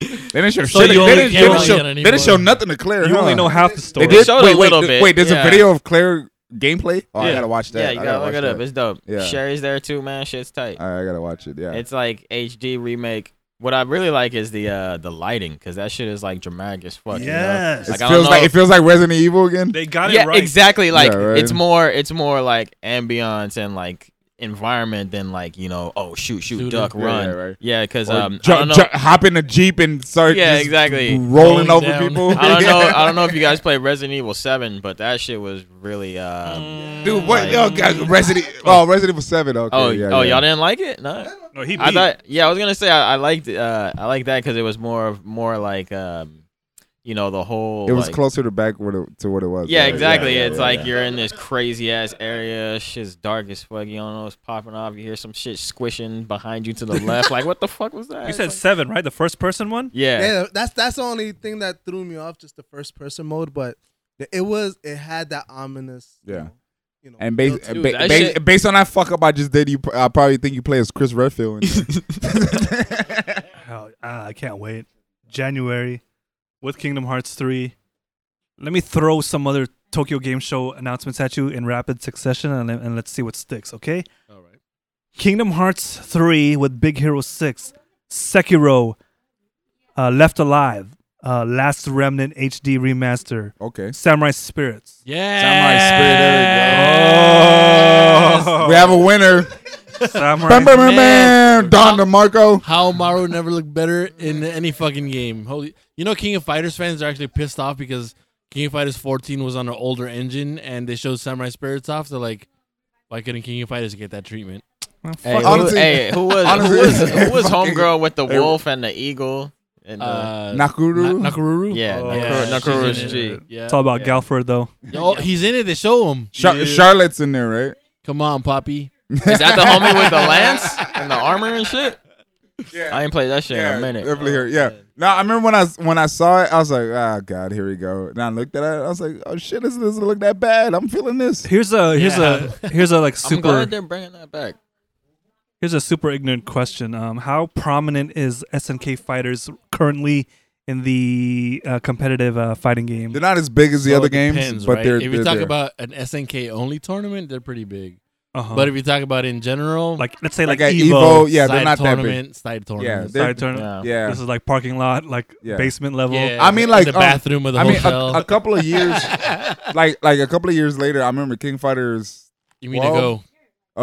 they didn't show So shit. They you only didn't, they care didn't about show, Leon they didn't show anymore. nothing to Claire. You huh? only know half the story. They did. Showed a Wait, wait, little th- bit, wait. There's yeah. a video of Claire gameplay. Oh, I Yeah. gotta watch that. yeah, you I gotta look watch it up. that. It's dope. Yeah. Sherry's there too, man. Shit's tight. All right, I gotta watch it. Yeah. It's like HD remake. What I really like is the uh the lighting because that shit is like dramatic as fuck. you know? Yes. it I feels don't like know. it feels like Resident Evil again. They got it yeah, right. exactly. Like Yeah, right. it's more it's more like ambiance and like environment than like you know oh shoot shoot Shooter. duck Yeah, run yeah, right. yeah because Or um ju- I don't know ju- hop in a jeep and start. yeah just exactly Rolling, Rolling over down. people. I don't know. I don't know if you guys played Resident Evil Seven, but that shit was really. Uh, Dude, what? Like- mm. oh, God, Resident. Oh, Resident Evil Seven. Okay. oh, yeah, oh, yeah. y'all didn't like it? No, No, he beat. I thought. Yeah, I was gonna say I, I liked. Uh, I liked that because it was more of more like, um, you know, the whole. It was like- closer to back what it, to what it was. Yeah, exactly. yeah, it's yeah, like yeah. you're in this crazy ass area. Shit's dark as fuck. You don't know what's popping off. You hear some shit squishing behind you to the left. Like, what the fuck was that? you It's said like- seven, right? The first person one. yeah. Yeah, that's that's the only thing that threw me off, just the first person mode. But it was it had that ominous. you Yeah. know, You know, And based, built- Dude, ba- that ba- shit- based on that fuck up I just did, you pr- I probably think you play as Chris Redfield. in there. Oh, ah, I can't wait. January with Kingdom Hearts 3. Let me throw some other Tokyo Game Show announcements at you in rapid succession and, and let's see what sticks, okay? All right. Kingdom Hearts 3 with Big Hero 6, Sekiro, uh, Left Alive, uh, Last Remnant HD Remaster, okay. Samurai Spirits. Oh. Yeah. Samurai We have a winner. Bam, Oh. Samurai. bam, bam, bam. Don DeMarco. How Maru never looked better in any fucking game. Holy, you know, King of Fighters fans are actually pissed off because King of Fighters 14 was on an older engine, and they showed Samurai Spirits off. They're like, why couldn't King of Fighters get that treatment? Hey, who, Honestly- hey, who was honestly- who was, who was fucking- homegirl with the hey, wolf and the eagle? And the, Uh, Nakuru. Na- Nakaruru. yeah, oh, Nakuru- yeah, Nakuru's she's in G. it. Yeah. It's all about Galford, though. Oh, he's in it. They show him. Char- Charlotte's in there, right? Come on, Poppy. Is that the homie with the lance and the armor and shit? I ain't played that shit in a minute. Oh, Definitely here. Yeah. No, I remember when I when I saw it, I was like, ah, God, here we go. And I looked at it, I was like, oh shit, this doesn't look that bad. I'm feeling this. Here's a here's a here's a like I'm glad super they're bringing that back. Here's a super ignorant question. Um, how prominent is SNK fighters currently in the uh, competitive uh, fighting game? They're not as big as the So other it games, depends, but right? they're. if you they're talk there. about an SNK only tournament, they're pretty big. Uh-huh. But if you talk about in general, like let's say like, like, at Evo, Evo, yeah, side they're not that big. tournament, side Yeah, tournament. they're- Sorry, turn- Yeah. Yeah. This is like parking lot, like Yeah. basement level. Yeah, I mean, in like, the um, bathroom of the I mean, hotel. a, a couple of years, like like a couple of years later, I remember King Fighters you mean Well, to go?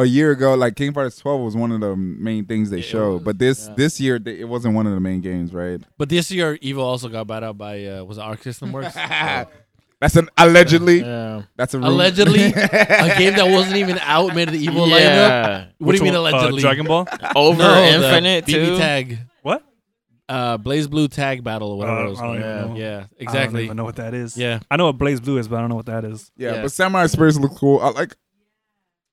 a year ago. Like King Fighters Twelve was one of the main things they It showed, was, but this yeah. this year they, it wasn't one of the main games, right? But this year, Evo also got bought out by uh, was it Arc System Works? Uh, That's an allegedly. Yeah. That's a rumor. allegedly, a game that wasn't even out made the Evo lineup. yeah. What do you mean one? Uh, allegedly? Dragon Ball. Over No, the Infinite BB too. Tag. What? Uh, Blaze Blue Tag Battle, or whatever Uh, it was. I don't called. even know. Yeah, yeah, I don't exactly. even know what that is. Yeah, I know what Blaze Blue is, but I don't know what that is. Yeah, Yeah. but Samurai Spirits look cool. I like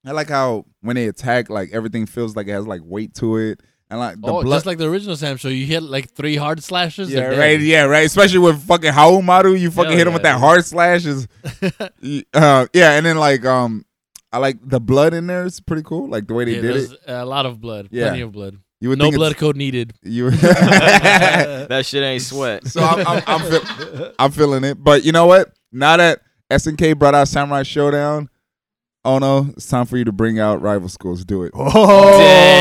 I like how when they attack, like everything feels like it has like weight to it. And like the oh, blood just like the original Sam Show, you hit like three hard slashes. Yeah, they're dead. right, yeah, right. Especially with fucking Haomaru, you fucking Hell hit him with yeah. that hard slash is uh yeah, and then like um I like the blood in there is pretty cool. Like the way they Yeah, did there's it. a lot of blood. Yeah. Plenty of blood. You would No think it's- blood code needed. you That shit ain't sweat. So I'm I'm, I'm, feel, I'm feeling it. But you know what? Now that SNK brought out Samurai Showdown, oh no, it's time for you to bring out rival schools. Do it. Oh,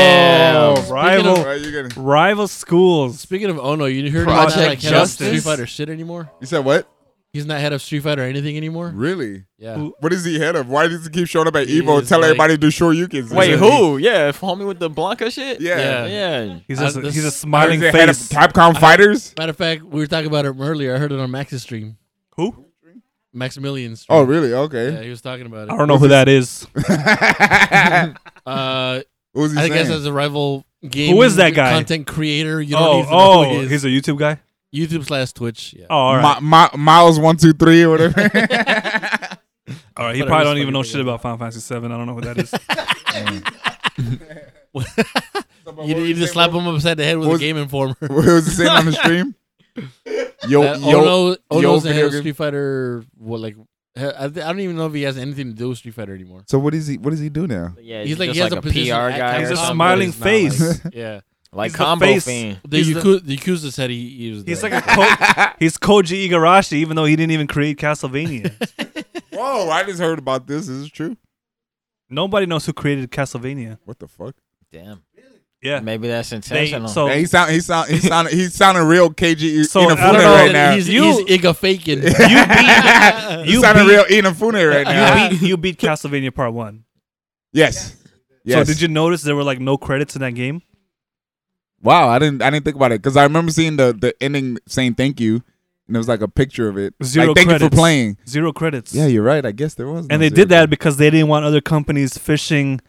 Oh, Damn. Rival, Right, you're gonna- rival schools. Speaking of Ono, you heard Project about like head of Justice? Street Fighter shit anymore? You said what? He's not head of Street Fighter or anything anymore. Really? Yeah, What is he head of? Why does he keep showing up at He Evo is and tell like- everybody to do Shoryukens? Wait, Is who? Yeah, homie with the Blanca shit. he- Yeah. Yeah. Yeah. He's Uh, just, this- he's a What is smiling he, head of face. Capcom Fighters? matter of fact, we were talking about it earlier. I heard it on Max's stream. Who? Maximilian's. Stream. Oh, really? Yeah, Okay. he was talking about I it. don't know who that is. Uh, What was he I saying? guess as a rival game. Who is that guy? Content creator. You don't oh, need to know who oh, he is. he's a YouTube guy. YouTube slash Twitch. Yeah. Oh, all right, my, my, Miles one two three or whatever. all right. He probably whatever, he's don't even fucking know big shit about Final Fantasy Seven. I don't know what that is. you you just slap him upside the head with what a was- Game Informer. What was he saying on the stream? Yo, That yo, Uh, Ono, yo, Ono's the head video of game. Street Fighter. What like? he- I, th- I don't even know if he has anything to do with Street Fighter anymore. So what is he? What does he do now? Yeah, He's he's like- like, he has like a a, position PR at- guy. he's or a something, smiling but he's not, face. Yeah, Like, like He's the combo face. fiend. the He's the- Yaku- the Yakuza said he, he was. He's the- like a Ko- he's Koji Igarashi, even though he didn't even create Castlevania. Whoa! I just heard about this. Is this true? Nobody knows who created Castlevania. What the fuck? Damn. Yeah. Maybe that's They, intentional. so Hey, he sound he sound he sound he sounding real KG Oh. So, Inafune I don't know. right now. He's, You- he's Iga faking. you He you sounding beat- real Inafune right now. you beat you beat Castlevania Part One. Yes. Yes. So did you notice there were like no credits in that game? Wow, I didn't I didn't think about it because I remember seeing the the ending saying thank you, and it was like a picture of it. Zero like, thank you for credits. playing. Zero credits. Yeah, you're right. I guess there was. and no they zero did that credits. because they didn't want other companies fishing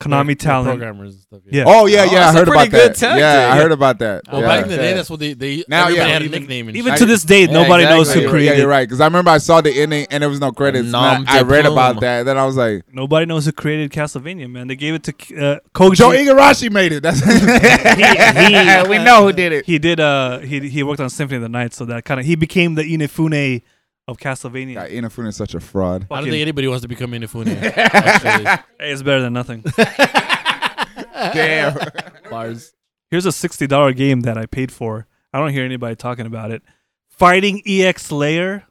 Konami They're- they're talent. programmers and stuff. Yeah. Oh yeah, yeah. that's I a heard pretty about good that. tactic, Yeah, I yeah. heard about that. Well, yeah. Oh, back in the day, Yeah. that's what they they Now, everybody yeah. had a Even- nickname. And Even shit. to this day, Yeah, nobody knows Yeah, who exactly. you're- created. yeah, you're right. Because I remember I saw the ending and there was no credits. and I- Nom I de read about plume. that. Then I was like, Nobody knows who created Castlevania. Man, they gave it to uh, Koji. Joe Igarashi made it. That's He- he- we know who did it. he did. Uh, he he worked on Symphony of the Night, so that kind of he became the Inafune of Castlevania. God, Inafune is such a fraud. I don't fucking- think anybody wants to become Inafune. actually. Hey, it's better than nothing. Damn. Bars. Here's a sixty dollar game that I paid for. I don't hear anybody talking about it. Fighting E EX Layer.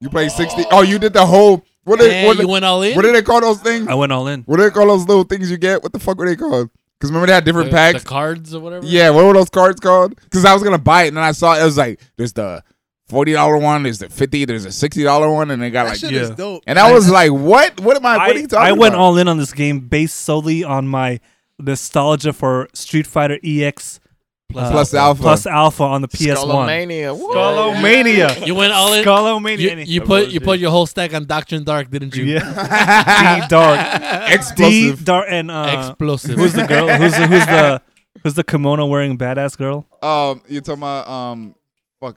You played sixty. Oh, you did the whole. What did Man, what, you did- went all in. what do they call those things? I went all in. What do they call those little things you get? What the fuck were they called? Because remember they had Uh, the, different the packs. cards or whatever. Yeah, what were those cards called? Because I was gonna buy it and then I saw it. It was like there's the forty dollar one, there's the fifty, there's a sixty dollar one, and they got That like shit is dope. And I was like, what? What am I? What are you I, talking I went about? all in on this game based solely on my nostalgia for Street Fighter EX uh, Plus Alpha. plus Alpha on the PS1. Skullomania. What? Scullomania. You went all in. You, Scullomania. you put you put your whole stack on Doctrine Dark, didn't you? Yeah. D Dark. D Explosive. Dark and uh, Explosive. who's the girl? Who's the, who's the who's the kimono wearing badass girl? um, you're talking about um, fuck,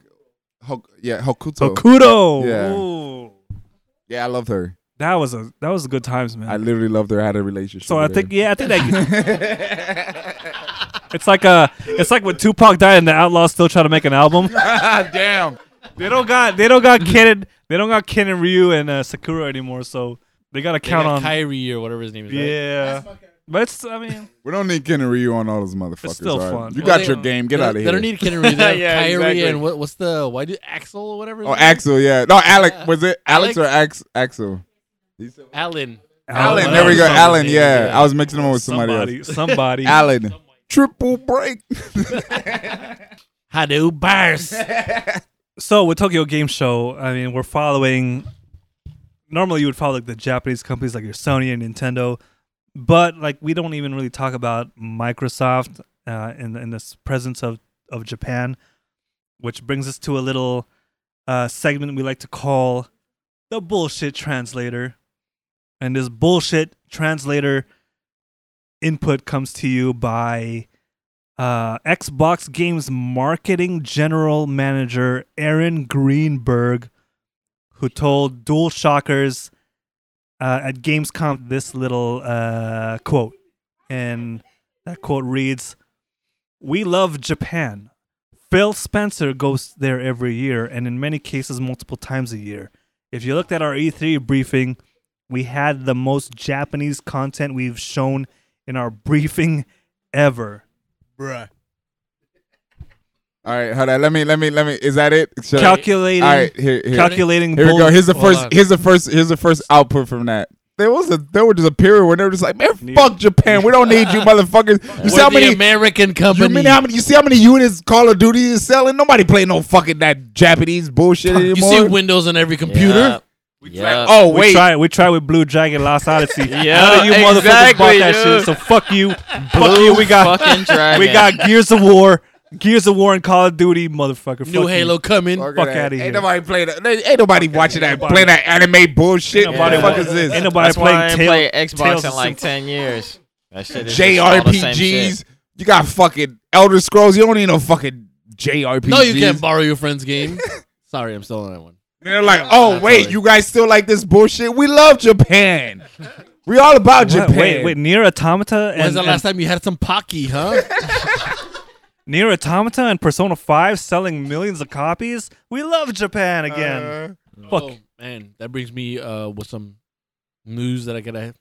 Hok- yeah, Hokuto. Okudo. Oh. Yeah. Ooh. yeah, I loved her. That was a that was good times, man. I literally loved her. I had a relationship. so I with her. think yeah, I think that it's like a it's like when Tupac died and the Outlaws still try to make an album. Ah, Damn. They don't got they don't got Ken and they don't got Ken and Ryu and uh, Sakura anymore, so they gotta They count got on Kyrie or whatever his name is. right? yeah. But it's I mean We don't need Ken and Ryu on all those motherfuckers. all still right? fun. You Well, got they- your game. Get They out don't- of They here. don't need Kenny. They have Yeah, Kyrie exactly. and what, what's the why do Axel or whatever? his oh, name is? Axel. Yeah. No, Alec. Uh, Was it Alex, or Ax- Axel? Alan. Alan. Alan. there we go. Something, Alan. yeah. Yeah. I was mixing them with somebody, somebody somebody else. Alan. Triple break. How do bars? so with Tokyo Game Show, I mean, we're following. Normally, you would follow like the Japanese companies like your Sony and Nintendo, but like we don't even really talk about Microsoft uh, in in this presence of of Japan, which brings us to a little uh, segment we like to call the bullshit translator, and this bullshit translator input comes to you by uh, Xbox Games marketing general manager Aaron Greenberg, who told Dual Shockers uh, at Gamescom this little uh, quote. And that quote reads We love Japan. Phil Spencer goes there every year, and in many cases, multiple times a year. If you looked at our E3 briefing, we had the most Japanese content we've shown in our briefing ever. bruh. all right. Hold on. Let me. Let me. Let me. Is that it? Should I- calculating all right. Here. Here. calculating Here we bull- go. Here's the Hold first. on. Here's the first. Here's the first output from that. There was a. There was just a period where they were just like, man, Need- fuck Japan. We don't need you, motherfuckers. You see We're how the many. American You company. mean how many? You see how many units Call of Duty is selling? Nobody play no fucking that Japanese bullshit anymore. you see Windows on every computer. Yeah. oh We wait, tried, we tried with Blue Dragon Lost Odyssey. Yeah, None of you motherfuckers bought exactly, that shit. dude. So fuck you, fuck Blue you. We got fucking dragon. we got Gears of War, Gears of War, and Call of Duty, motherfucker. New fuck Halo You. coming. Fuck fuck that. outta here. Ain't nobody playing. that- Ain't nobody watching that nobody- playing that anime bullshit. Ain't nobody, what the fuck is this? Ain't nobody That's why playing I ain't Tail- played Xbox Tales in of like Sym- ten years. That shit is just all the same shit. JRPGs. You got fucking Elder Scrolls. You don't need no fucking JRPGs. No, you can't borrow your friend's game. Sorry, I'm still on that one. And they're like, oh That's wait, right. you guys still like this bullshit? We love Japan. We all about Japan. Wait, wait, near automata When's and, the and last time you had some Pocky, huh? near automata and Persona Five selling millions of copies. We love Japan again. Fuck. Oh, man, that brings me uh, with some news that I gotta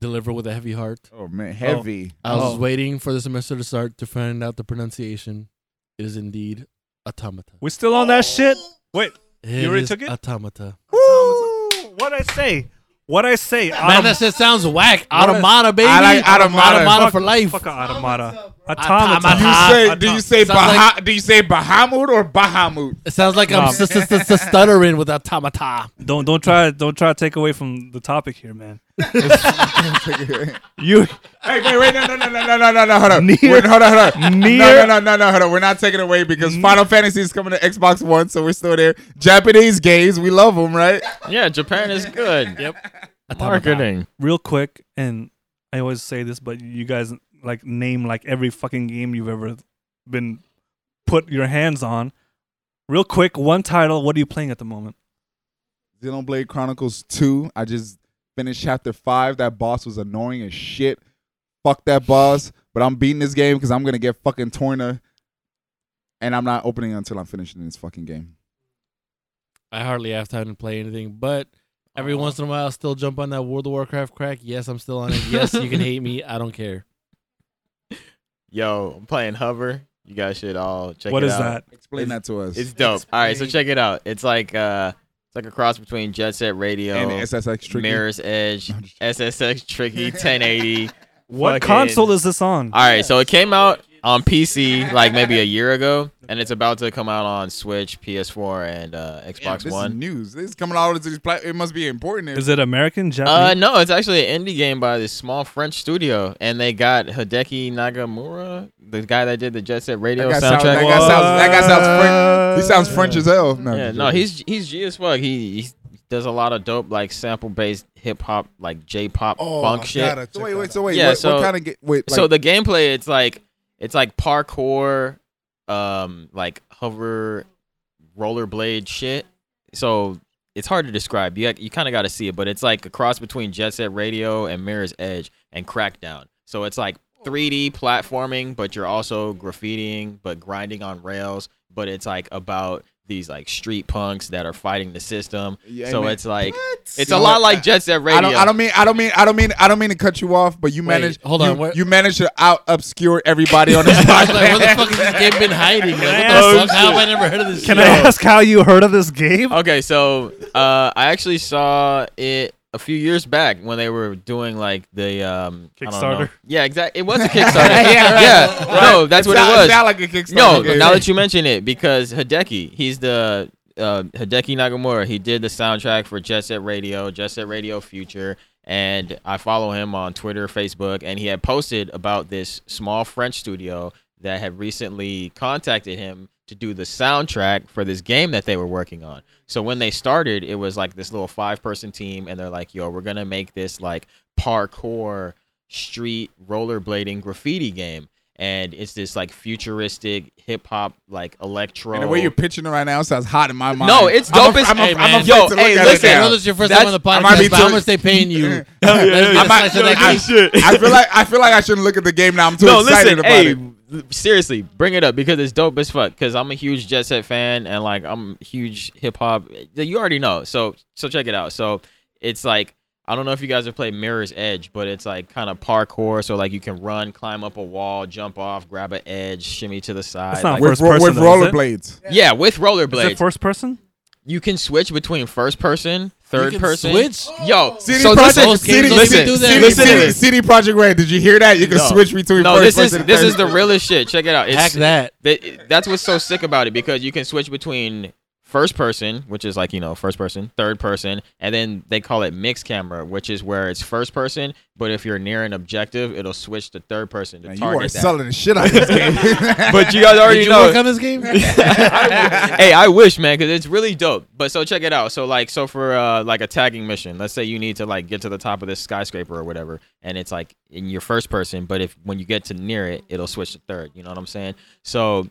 deliver with a heavy heart. Oh man, heavy. I was Oh. waiting for the semester to start to find out the pronunciation. It is indeed automata. we still on that shit. Wait, You already is took it? Automata. what I say? What I say? Man, Autom- that shit sounds whack. What is- Automata, baby. I like automata. Automata fuck, for life. Fuck automata. Automata. Automata. Do you Ah, say? Do you say Sounds Baha- Do you say Bahamut or Bahamut? It sounds like I'm Nah. s- s- s- s- stuttering with automata. Don't don't try don't try to take away from the topic here, man. you Hey, wait, wait, no, no, no, no, no, no, no, no, hold on. Near- wait, hold on, hold on. near- No, no, no, no, no, hold on. We're not taking it away because Final Fantasy is coming to Xbox One, so we're still there. Japanese games, we love them, right? Yeah, Japan is good. yep. Marketing. real quick, and I always say this, but you guys like name like every fucking game you've ever been put your hands on. Real quick, one title. What are you playing at the moment? Xenoblade Chronicles 2. I just finished chapter 5. That boss was annoying as shit. Fuck that boss. But I'm beating this game because I'm going to get fucking Torna. And I'm not opening until I'm finishing this fucking game. I hardly have time to play anything, but every once in a while, I still jump on that World of Warcraft crack. Yes, I'm still on it. Yes, you can hate me. I don't care. Yo, I'm playing Hover. You guys should all check what it is out. that? Explain that to us. It's dope. All right, so check it out. It's like uh, it's like a cross between Jet Set Radio, and SSX Tricky. Mirror's Edge, I'm just- SSX Tricky 1080. What fucking- console is this on? All right, so it came out on PC like maybe a year ago, and it's about to come out on Switch, PS4, and uh, Damn, Xbox this is One. news. This is coming out of these pla- It must be important. Is it American? Uh, Japanese? no, it's actually an indie game by this small French studio, and they got Hideki Nagamura, the guy that did the Jet Set that, Radio guy sounds, that, soundtrack. guy sounds, that guy sounds French. He sounds French as hell. No, yeah, I'm no, joking. he's he's G as fuck. He, he does a lot of dope like sample based hip hop, like J pop Oh, funk shit. So wait, wait, so wait. Yeah, what, so- what kind of ga- wait? Like, so the gameplay, it's like it's like parkour, um, like hover, rollerblade shit. So it's hard to describe. You you kind of got to see it, but it's like a cross between Jet Set Radio and Mirror's Edge and Crackdown. So it's like 3D platforming, but you're also graffitiing, but grinding on rails. But it's like about these like street punks that are fighting the system. Yeah, so man. it's like it's You a know lot what? like Jet Set Radio. I don't, I don't mean I don't mean I don't mean I don't mean to cut you off, but you Wait, managed hold you, on, where- you managed to out obscure everybody on this I was like, where the podcast. fuck has this game been hiding? Like, I what ask- the fuck? How have I never heard of this Can shit? I ask how you heard of this game? Okay, so uh, I actually saw it a few years back when they were doing like the um, I don't know. Kickstarter. Yeah, exactly. It was a Kickstarter. Yeah, right. yeah. No, that's what it was. Sound like a Kickstarter. No, game. now that you mention it, because Hideki, he's the uh, Hideki Nagamura. He did the soundtrack for Jet Set Radio, Jet Set Radio Future, and I follow him on Twitter, Facebook, and he had posted about this small French studio that had recently contacted him to do the soundtrack for this game that they were working on. So when they started, it was like this little five-person team, and they're like, "Yo, we're gonna make this like parkour." street rollerblading graffiti game and it's this like futuristic hip hop like electro. and the way you're pitching it right now sounds hot in my mind. No, it's I'm dope af- as- I'm, af- Hey, I'm man. afraid Yo, to look hey, at listen, it I now. know this is your first time on the I might be podcast, but how too- much they paying you? I Let's get might- a slice of that I- cake. I feel like I feel like I shouldn't look at the game now. I'm too no, excited listen, about hey, it. l- seriously, bring it up because it's dope as fuck. Because I'm a huge Jet Set fan and like I'm a huge hip hop. You already know, so so check it out. So it's like I don't know if you guys have played Mirror's Edge, but it's like kind of parkour. So like you can run, climb up a wall, jump off, grab an edge, shimmy to the side. not like- worth- With, First ro- person, with though, is it? rollerblades. yeah, with Is it rollerblades, first person? you can switch between first person, third can person. switch? Oh. Yo, CD so Projekt- this is- CD listen, Listen, do that. CD, listen to CD, this. CD Project Red. Did you hear that? You can No. switch between No, first this is person and this third is the realest shit. Check it out. It's, Hack that. that- that's what's so sick about it because you can switch between first person, which is like you know first person, third person, and then they call it mixed camera, which is where it's first person, but if you're near an objective, it'll switch to third person to Man, you target are that. selling the shit out of this game. but you guys already Did you know. work on this game? hey, I wish, man, because it's really dope. But so check it out. So like, so for uh, like a tagging mission, let's say you need to like get to the top of this skyscraper or whatever, and it's like in your first person. But if when you get to near it, it'll switch to third. You know what I'm saying? So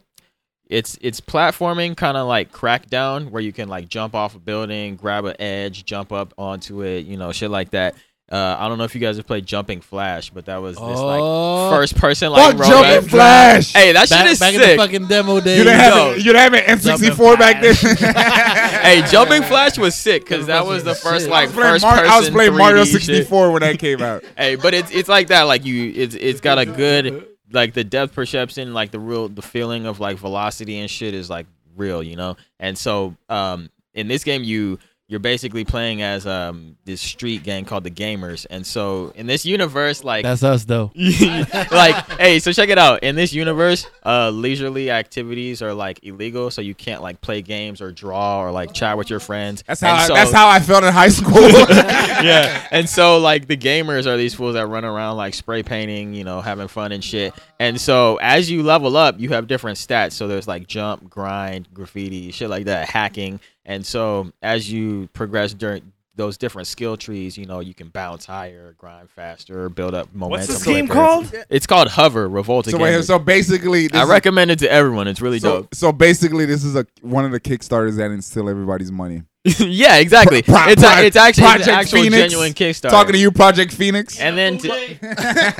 it's it's platforming, kind of like Crackdown, where you can like jump off a building, grab an edge, jump up onto it, you know, shit like that. Uh, I don't know if you guys have played Jumping Flash, but that was this Oh. like first person like Fuck roll up. Jumping Flash. Hey, that shit Back, is back in sick. the fucking demo days. you didn't yo. have it- you didn't have an N64 back then. hey, Jumping Flash was sick because that was the first I like was playing, first Mar- person. I was playing Mario 3D shit. 64 when that came out. Hey, but it's it's like that. Like you, it's it's got a good like the depth perception, like the real the feeling of like velocity and shit is like real, you know. And so um in this game you you're basically playing as um this street gang called the Gamers, and so in this universe like That's us though. like, hey, so check it out. In this universe, uh, leisurely activities are like illegal, so you can't like play games or draw or like chat with your friends. That's how And I, so- that's how I felt in high school. yeah. And so like the gamers are these fools that run around like spray painting, you know, having fun and shit. And so as you level up, you have different stats. So there's like jump, grind, graffiti, shit like that, hacking. And so as you progress during those different skill trees, you know, you can bounce higher, grind faster, build up momentum. What's this quicker. game called? It's called Hover Revolt so, wait, Gamers. so basically, this I is- recommend it to everyone. It's really So, dope. so basically, this is a one of the kickstarters that instill everybody's money. yeah, exactly. Pro- it's Pro- a, it's actually it's Project an actual Phoenix. genuine Kickstarter. Talking to you, Project Phoenix. And then to,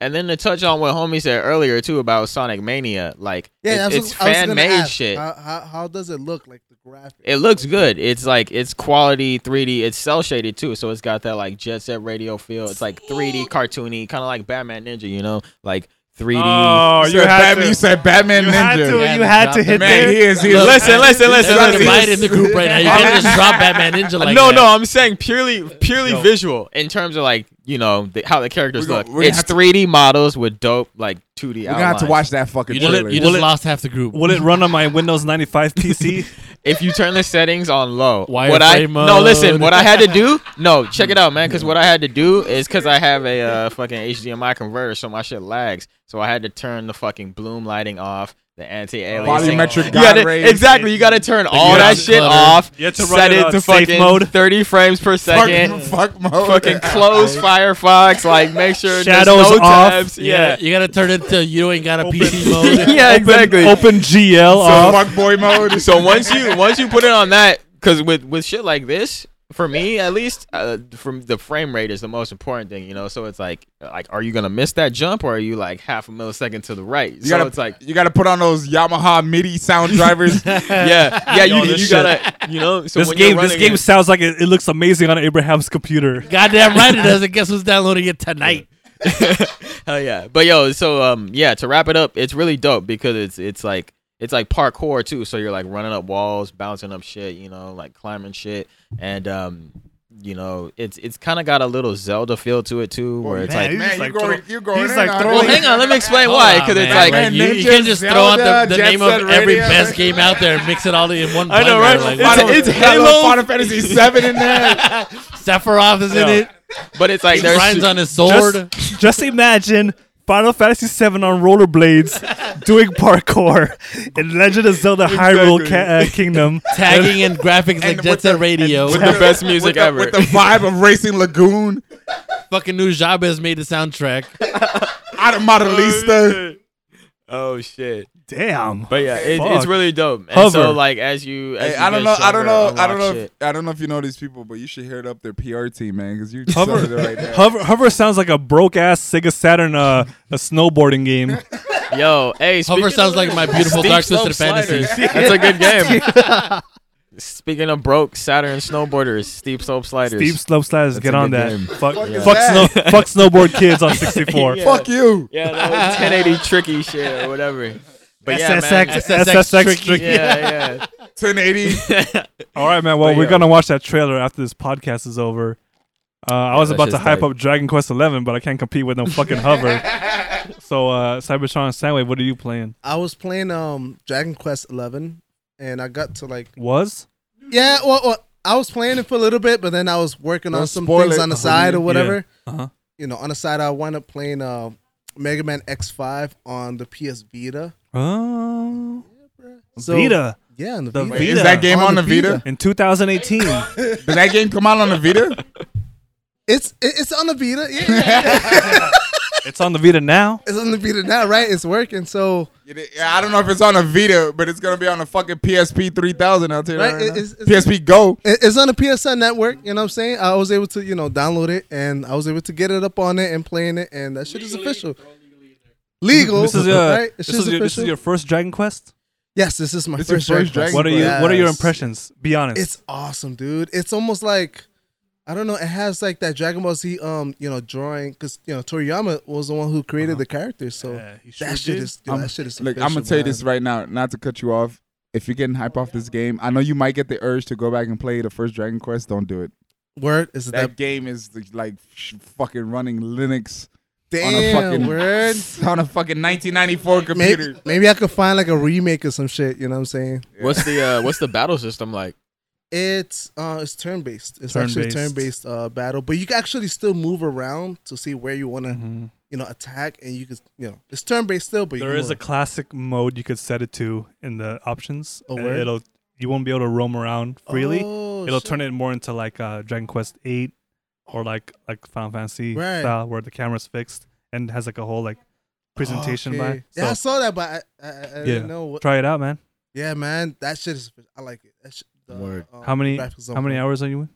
and then to touch on what homie said earlier too about Sonic Mania, like Yeah, it's, that's it's what I was fan gonna made ask. Uh, shit. How, how, how does it look like the graphic? It looks good. It's like it's quality 3D. It's cell shaded too, so it's got that like jet set radio feel. It's like 3D cartoony, kind of like Batman Ninja, you know, like 3D. Oh, you, you said had Batman, you to. said Batman You had to. Ninja. Yeah, You had to drop hit the Man, there. he is. He is. Listen, listen, listen, There's listen. divided in the group right now. You can't just drop Batman Ninja like no, that. no, I'm saying purely, purely visual in terms of like you know the, how the We're characters gonna- look. we're gonna It's have to- 3D models with dope like 2D. We're gonna have to watch that fucking You trailer. just, you Will just it- lost half the group. Will it run on my Windows 95 PC? if you turn the settings on low, Wireframe what I no mode. listen, what I had to do, no, check it out, man, because what I had to do is because I have a uh, fucking HDMI converter, so my shit lags, so I had to turn the fucking bloom lighting off, the anti-aliasing. Volumetric You gotta- God rays. exactly. You got to turn all that ground shit clutter. off. You had to run set it it on to safe fucking mode. thirty frames per second. fuck, fuck mode. Fucking close Firefox. Like make sure Shadows there's no off. tabs. You gotta- Yeah. You gotta turn it to you ain't got a Open. PC mode. Yeah, exactly. Open GL So off. fuck boy mode. so once you once you put it on that, because with with shit like this, for me at least, uh, from the frame rate is the most important thing, you know. So it's like like, are you gonna miss that jump or are you like half a millisecond to the right? You so gotta, it's like. you gotta put on those Yamaha MIDI sound drivers. Yeah, yeah, Yo, you, this you shit. gotta, you know. So this when you're game, this running game it- sounds like it, it looks amazing on Abraham's computer. Goddamn right it doesn't. Guess who's downloading it tonight? Hell yeah! But yo, so um, yeah. To wrap it up, it's really dope because it's it's like it's like parkour too. So you're like running up walls, bouncing up shit, you know, like climbing shit, and um, you know, it's it's kind of got a little Zelda feel to it too, where it's man, like. he's man, just you're like going, throw- you're going. he's in like on throwing- it. Well, hang on, let me explain Hold why. on, Because it's man. like, Man, you, you Ninja can't just throw out Zelda, the, the Jet name Set of every Radio. best game out there and mix it all in one. I know, blender. right? Like, It's- what? it's Got a little Halo. Final Fantasy Seven in there. Sephiroth is in Yeah. it. but it's like He there's grinds on his sword. Just, just imagine Final Fantasy VII on rollerblades, doing parkour in Legend of Zelda Hyrule Ca- uh, Kingdom. tagging and And graphics like with Jet the- Set Radio. with the best music with the, ever. With the vibe of Racing Lagoon, fucking new Jabez made the soundtrack. out of Modelista. oh shit! Damn. But yeah, it, it's Fuck. really dope. And Hover. so like as you, as Hey, you I don't get know. I don't stronger, know. I unlock don't know. If, shit. I don't know if you know these people, but you should hit up their PR team, man, because you Hover- selling it right now. Hover, Hover sounds like a broke ass Sega Saturn uh, a snowboarding game. Yo, Hover hey, speaking sounds of- like my beautiful Steep Dark Slope Twisted Fantasy. Sliders. That's a good game. Speaking of broke Saturn snowboarders, steep slope sliders. Steep slope sliders, That's get a on good that. game. Fuck, Fuck is fuck, that? snow, fuck snowboard kids on 64. Yeah. Fuck you. yeah, that was 1080 tricky shit or whatever. But yeah, man. SSX, SSX tricky. tricky. Yeah, 1080. yeah. All right, man. Well, But we're yeah. gonna watch that trailer after this podcast is over. Uh, I was that about to shit's hype tight. up Dragon Quest Eleven, but I can't compete with no fucking hover. So, uh, Cybertron Sandwave, what are you playing? I was playing um Dragon Quest Eleven and I got to like Was yeah, well, well, I was playing it for a little bit, but then I was working Don't on some spoil things it. on the side or whatever. Uh-huh. You know, on the side, I wound up playing uh, Mega Man X5 on the PS Vita. oh So- Vita Yeah, on the, The Vita. Vita. Is that game on, the Vita? in 2018? Did that game come out on the Vita? It's it- it's on the Vita. Yeah, yeah, yeah. it's on the Vita now. it's on the Vita now, right? It's working. So It is- I don't know if it's on a Vita, but it's gonna be on a fucking PSP 3000. I'll tell you Right, it- that right now. it's- it's- PSP Go. it- it's on the PSN network. You know what I'm saying? I was able to you know download it and I was able to get it up on it and playing it, and that shit is official. Legal, This is your right? It's this is your, this is your first Dragon Quest. yes, this is my This is your first, first Dragon What are you What are your Yes. impressions? Be honest. It's awesome, dude. It's almost like I don't know. It has like that Dragon Ball Z, um, you know, drawing because you know Toriyama was the one who created Uh-huh. the character. So Yeah, you sure that shit did. is yo, I'm- that shit is. Look, I'm gonna official, tell you man. this right now, not to cut you off. If you're getting hype off this game, I know you might get the urge to go back and play the first Dragon Quest. Don't do it. word is That, that, game is the, like sh- fucking running Linux on a damn fucking word. on a fucking 1994 computer. Maybe, maybe I could find like a remake or some shit. You know what I'm saying? What's the uh, what's the battle system like? It's uh, it's turn based. It's actually Turn-based. turn based uh battle, but you can actually still move around to see where you want to, Mm-hmm. Mhm. you know, attack, and you can, you know, it's turn based still, but you There can is a move. classic mode you could set it to in the options. Oh, and word? it'll you won't be able to roam around freely. Oh, it'll shit. turn it more into like uh, Dragon Quest Eight or like like Final Fantasy Right. style where the camera's fixed and has like a whole like presentation Okay. by. Yeah, I So saw that, but I, I, I I Yeah. didn't know what. try it out, man. Yeah, man, that shit is. I like it. That shit, the, Word. um, How many- graphics on How many point. hours are you in?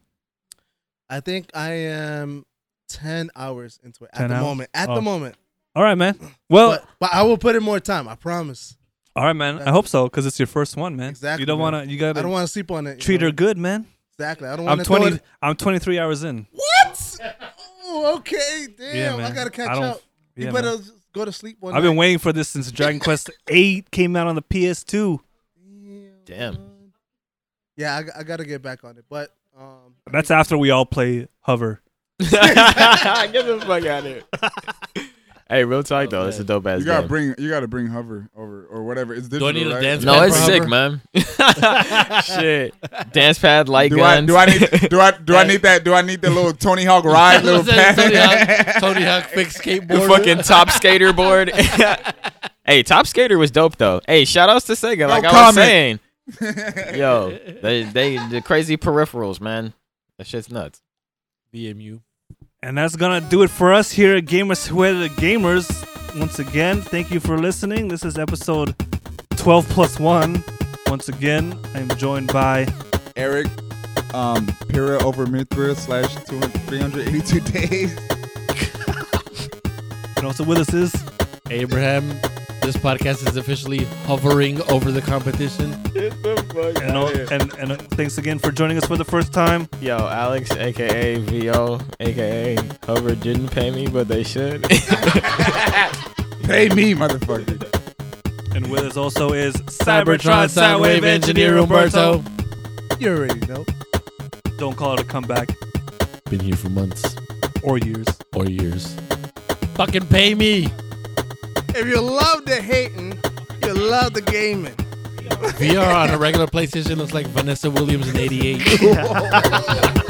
I think I am ten hours into it 10 at the hours? moment. At Oh. the moment, All right, man. Well, but but I will put in more time. I promise. all right, man. I hope so because it's your first one, man. Exactly, You don't man. want to. You gotta I don't want to sleep on it. you treat know? her good, man. exactly. I don't want I'm to. 20. I'm 23 hours in. What? Oh, okay. Damn, Yeah, I man. gotta catch I don't- up. yeah, you better man. just go to sleep one I've been night. waiting for this since Dragon Quest 8 came out on the PS2. Damn. Yeah, I, g- I gotta get back on it, but um, That's after we all play Hover. Get the fuck out of here. hey, real talk though, it's a dope ass you gotta game. bring you gotta bring Hover over or whatever. It's I digital. need to right? dance no, Pad it's for sick, Hover? man. Shit, dance pad, light Do I guns. do I need do I do I need that do I need the little Tony Hawk ride little That's what I said, pad? Tony Hawk fixed the skateboard. fucking top skater board? hey, top skater was dope though. Hey, shout outs to Sega, like I was comment. saying. Yo, they they the crazy peripherals, man. That shit's nuts. BMU. And that's gonna do it for us here at Gamers Who Are the Gamers. Once again, thank you for listening. This is episode 12 plus 1. Once again, I'm joined by Eric, um, Pira over Mithra slash 200 382 days. and also with us is Abraham, this podcast is officially hovering over the competition. and, and, and thanks again for joining us for the first time. Yo, Alex, aka VO, aka Hover, didn't pay me, but they should. Pay me, motherfucker. And with us also is Cybertron Cybertron Soundwave Engineer Roberto. you already know. Don't call it a comeback Been here for months or years. or years. Fucking pay me. If you love the hating, you love the gaming. VR on a regular PlayStation looks like Vanessa Williams in '88.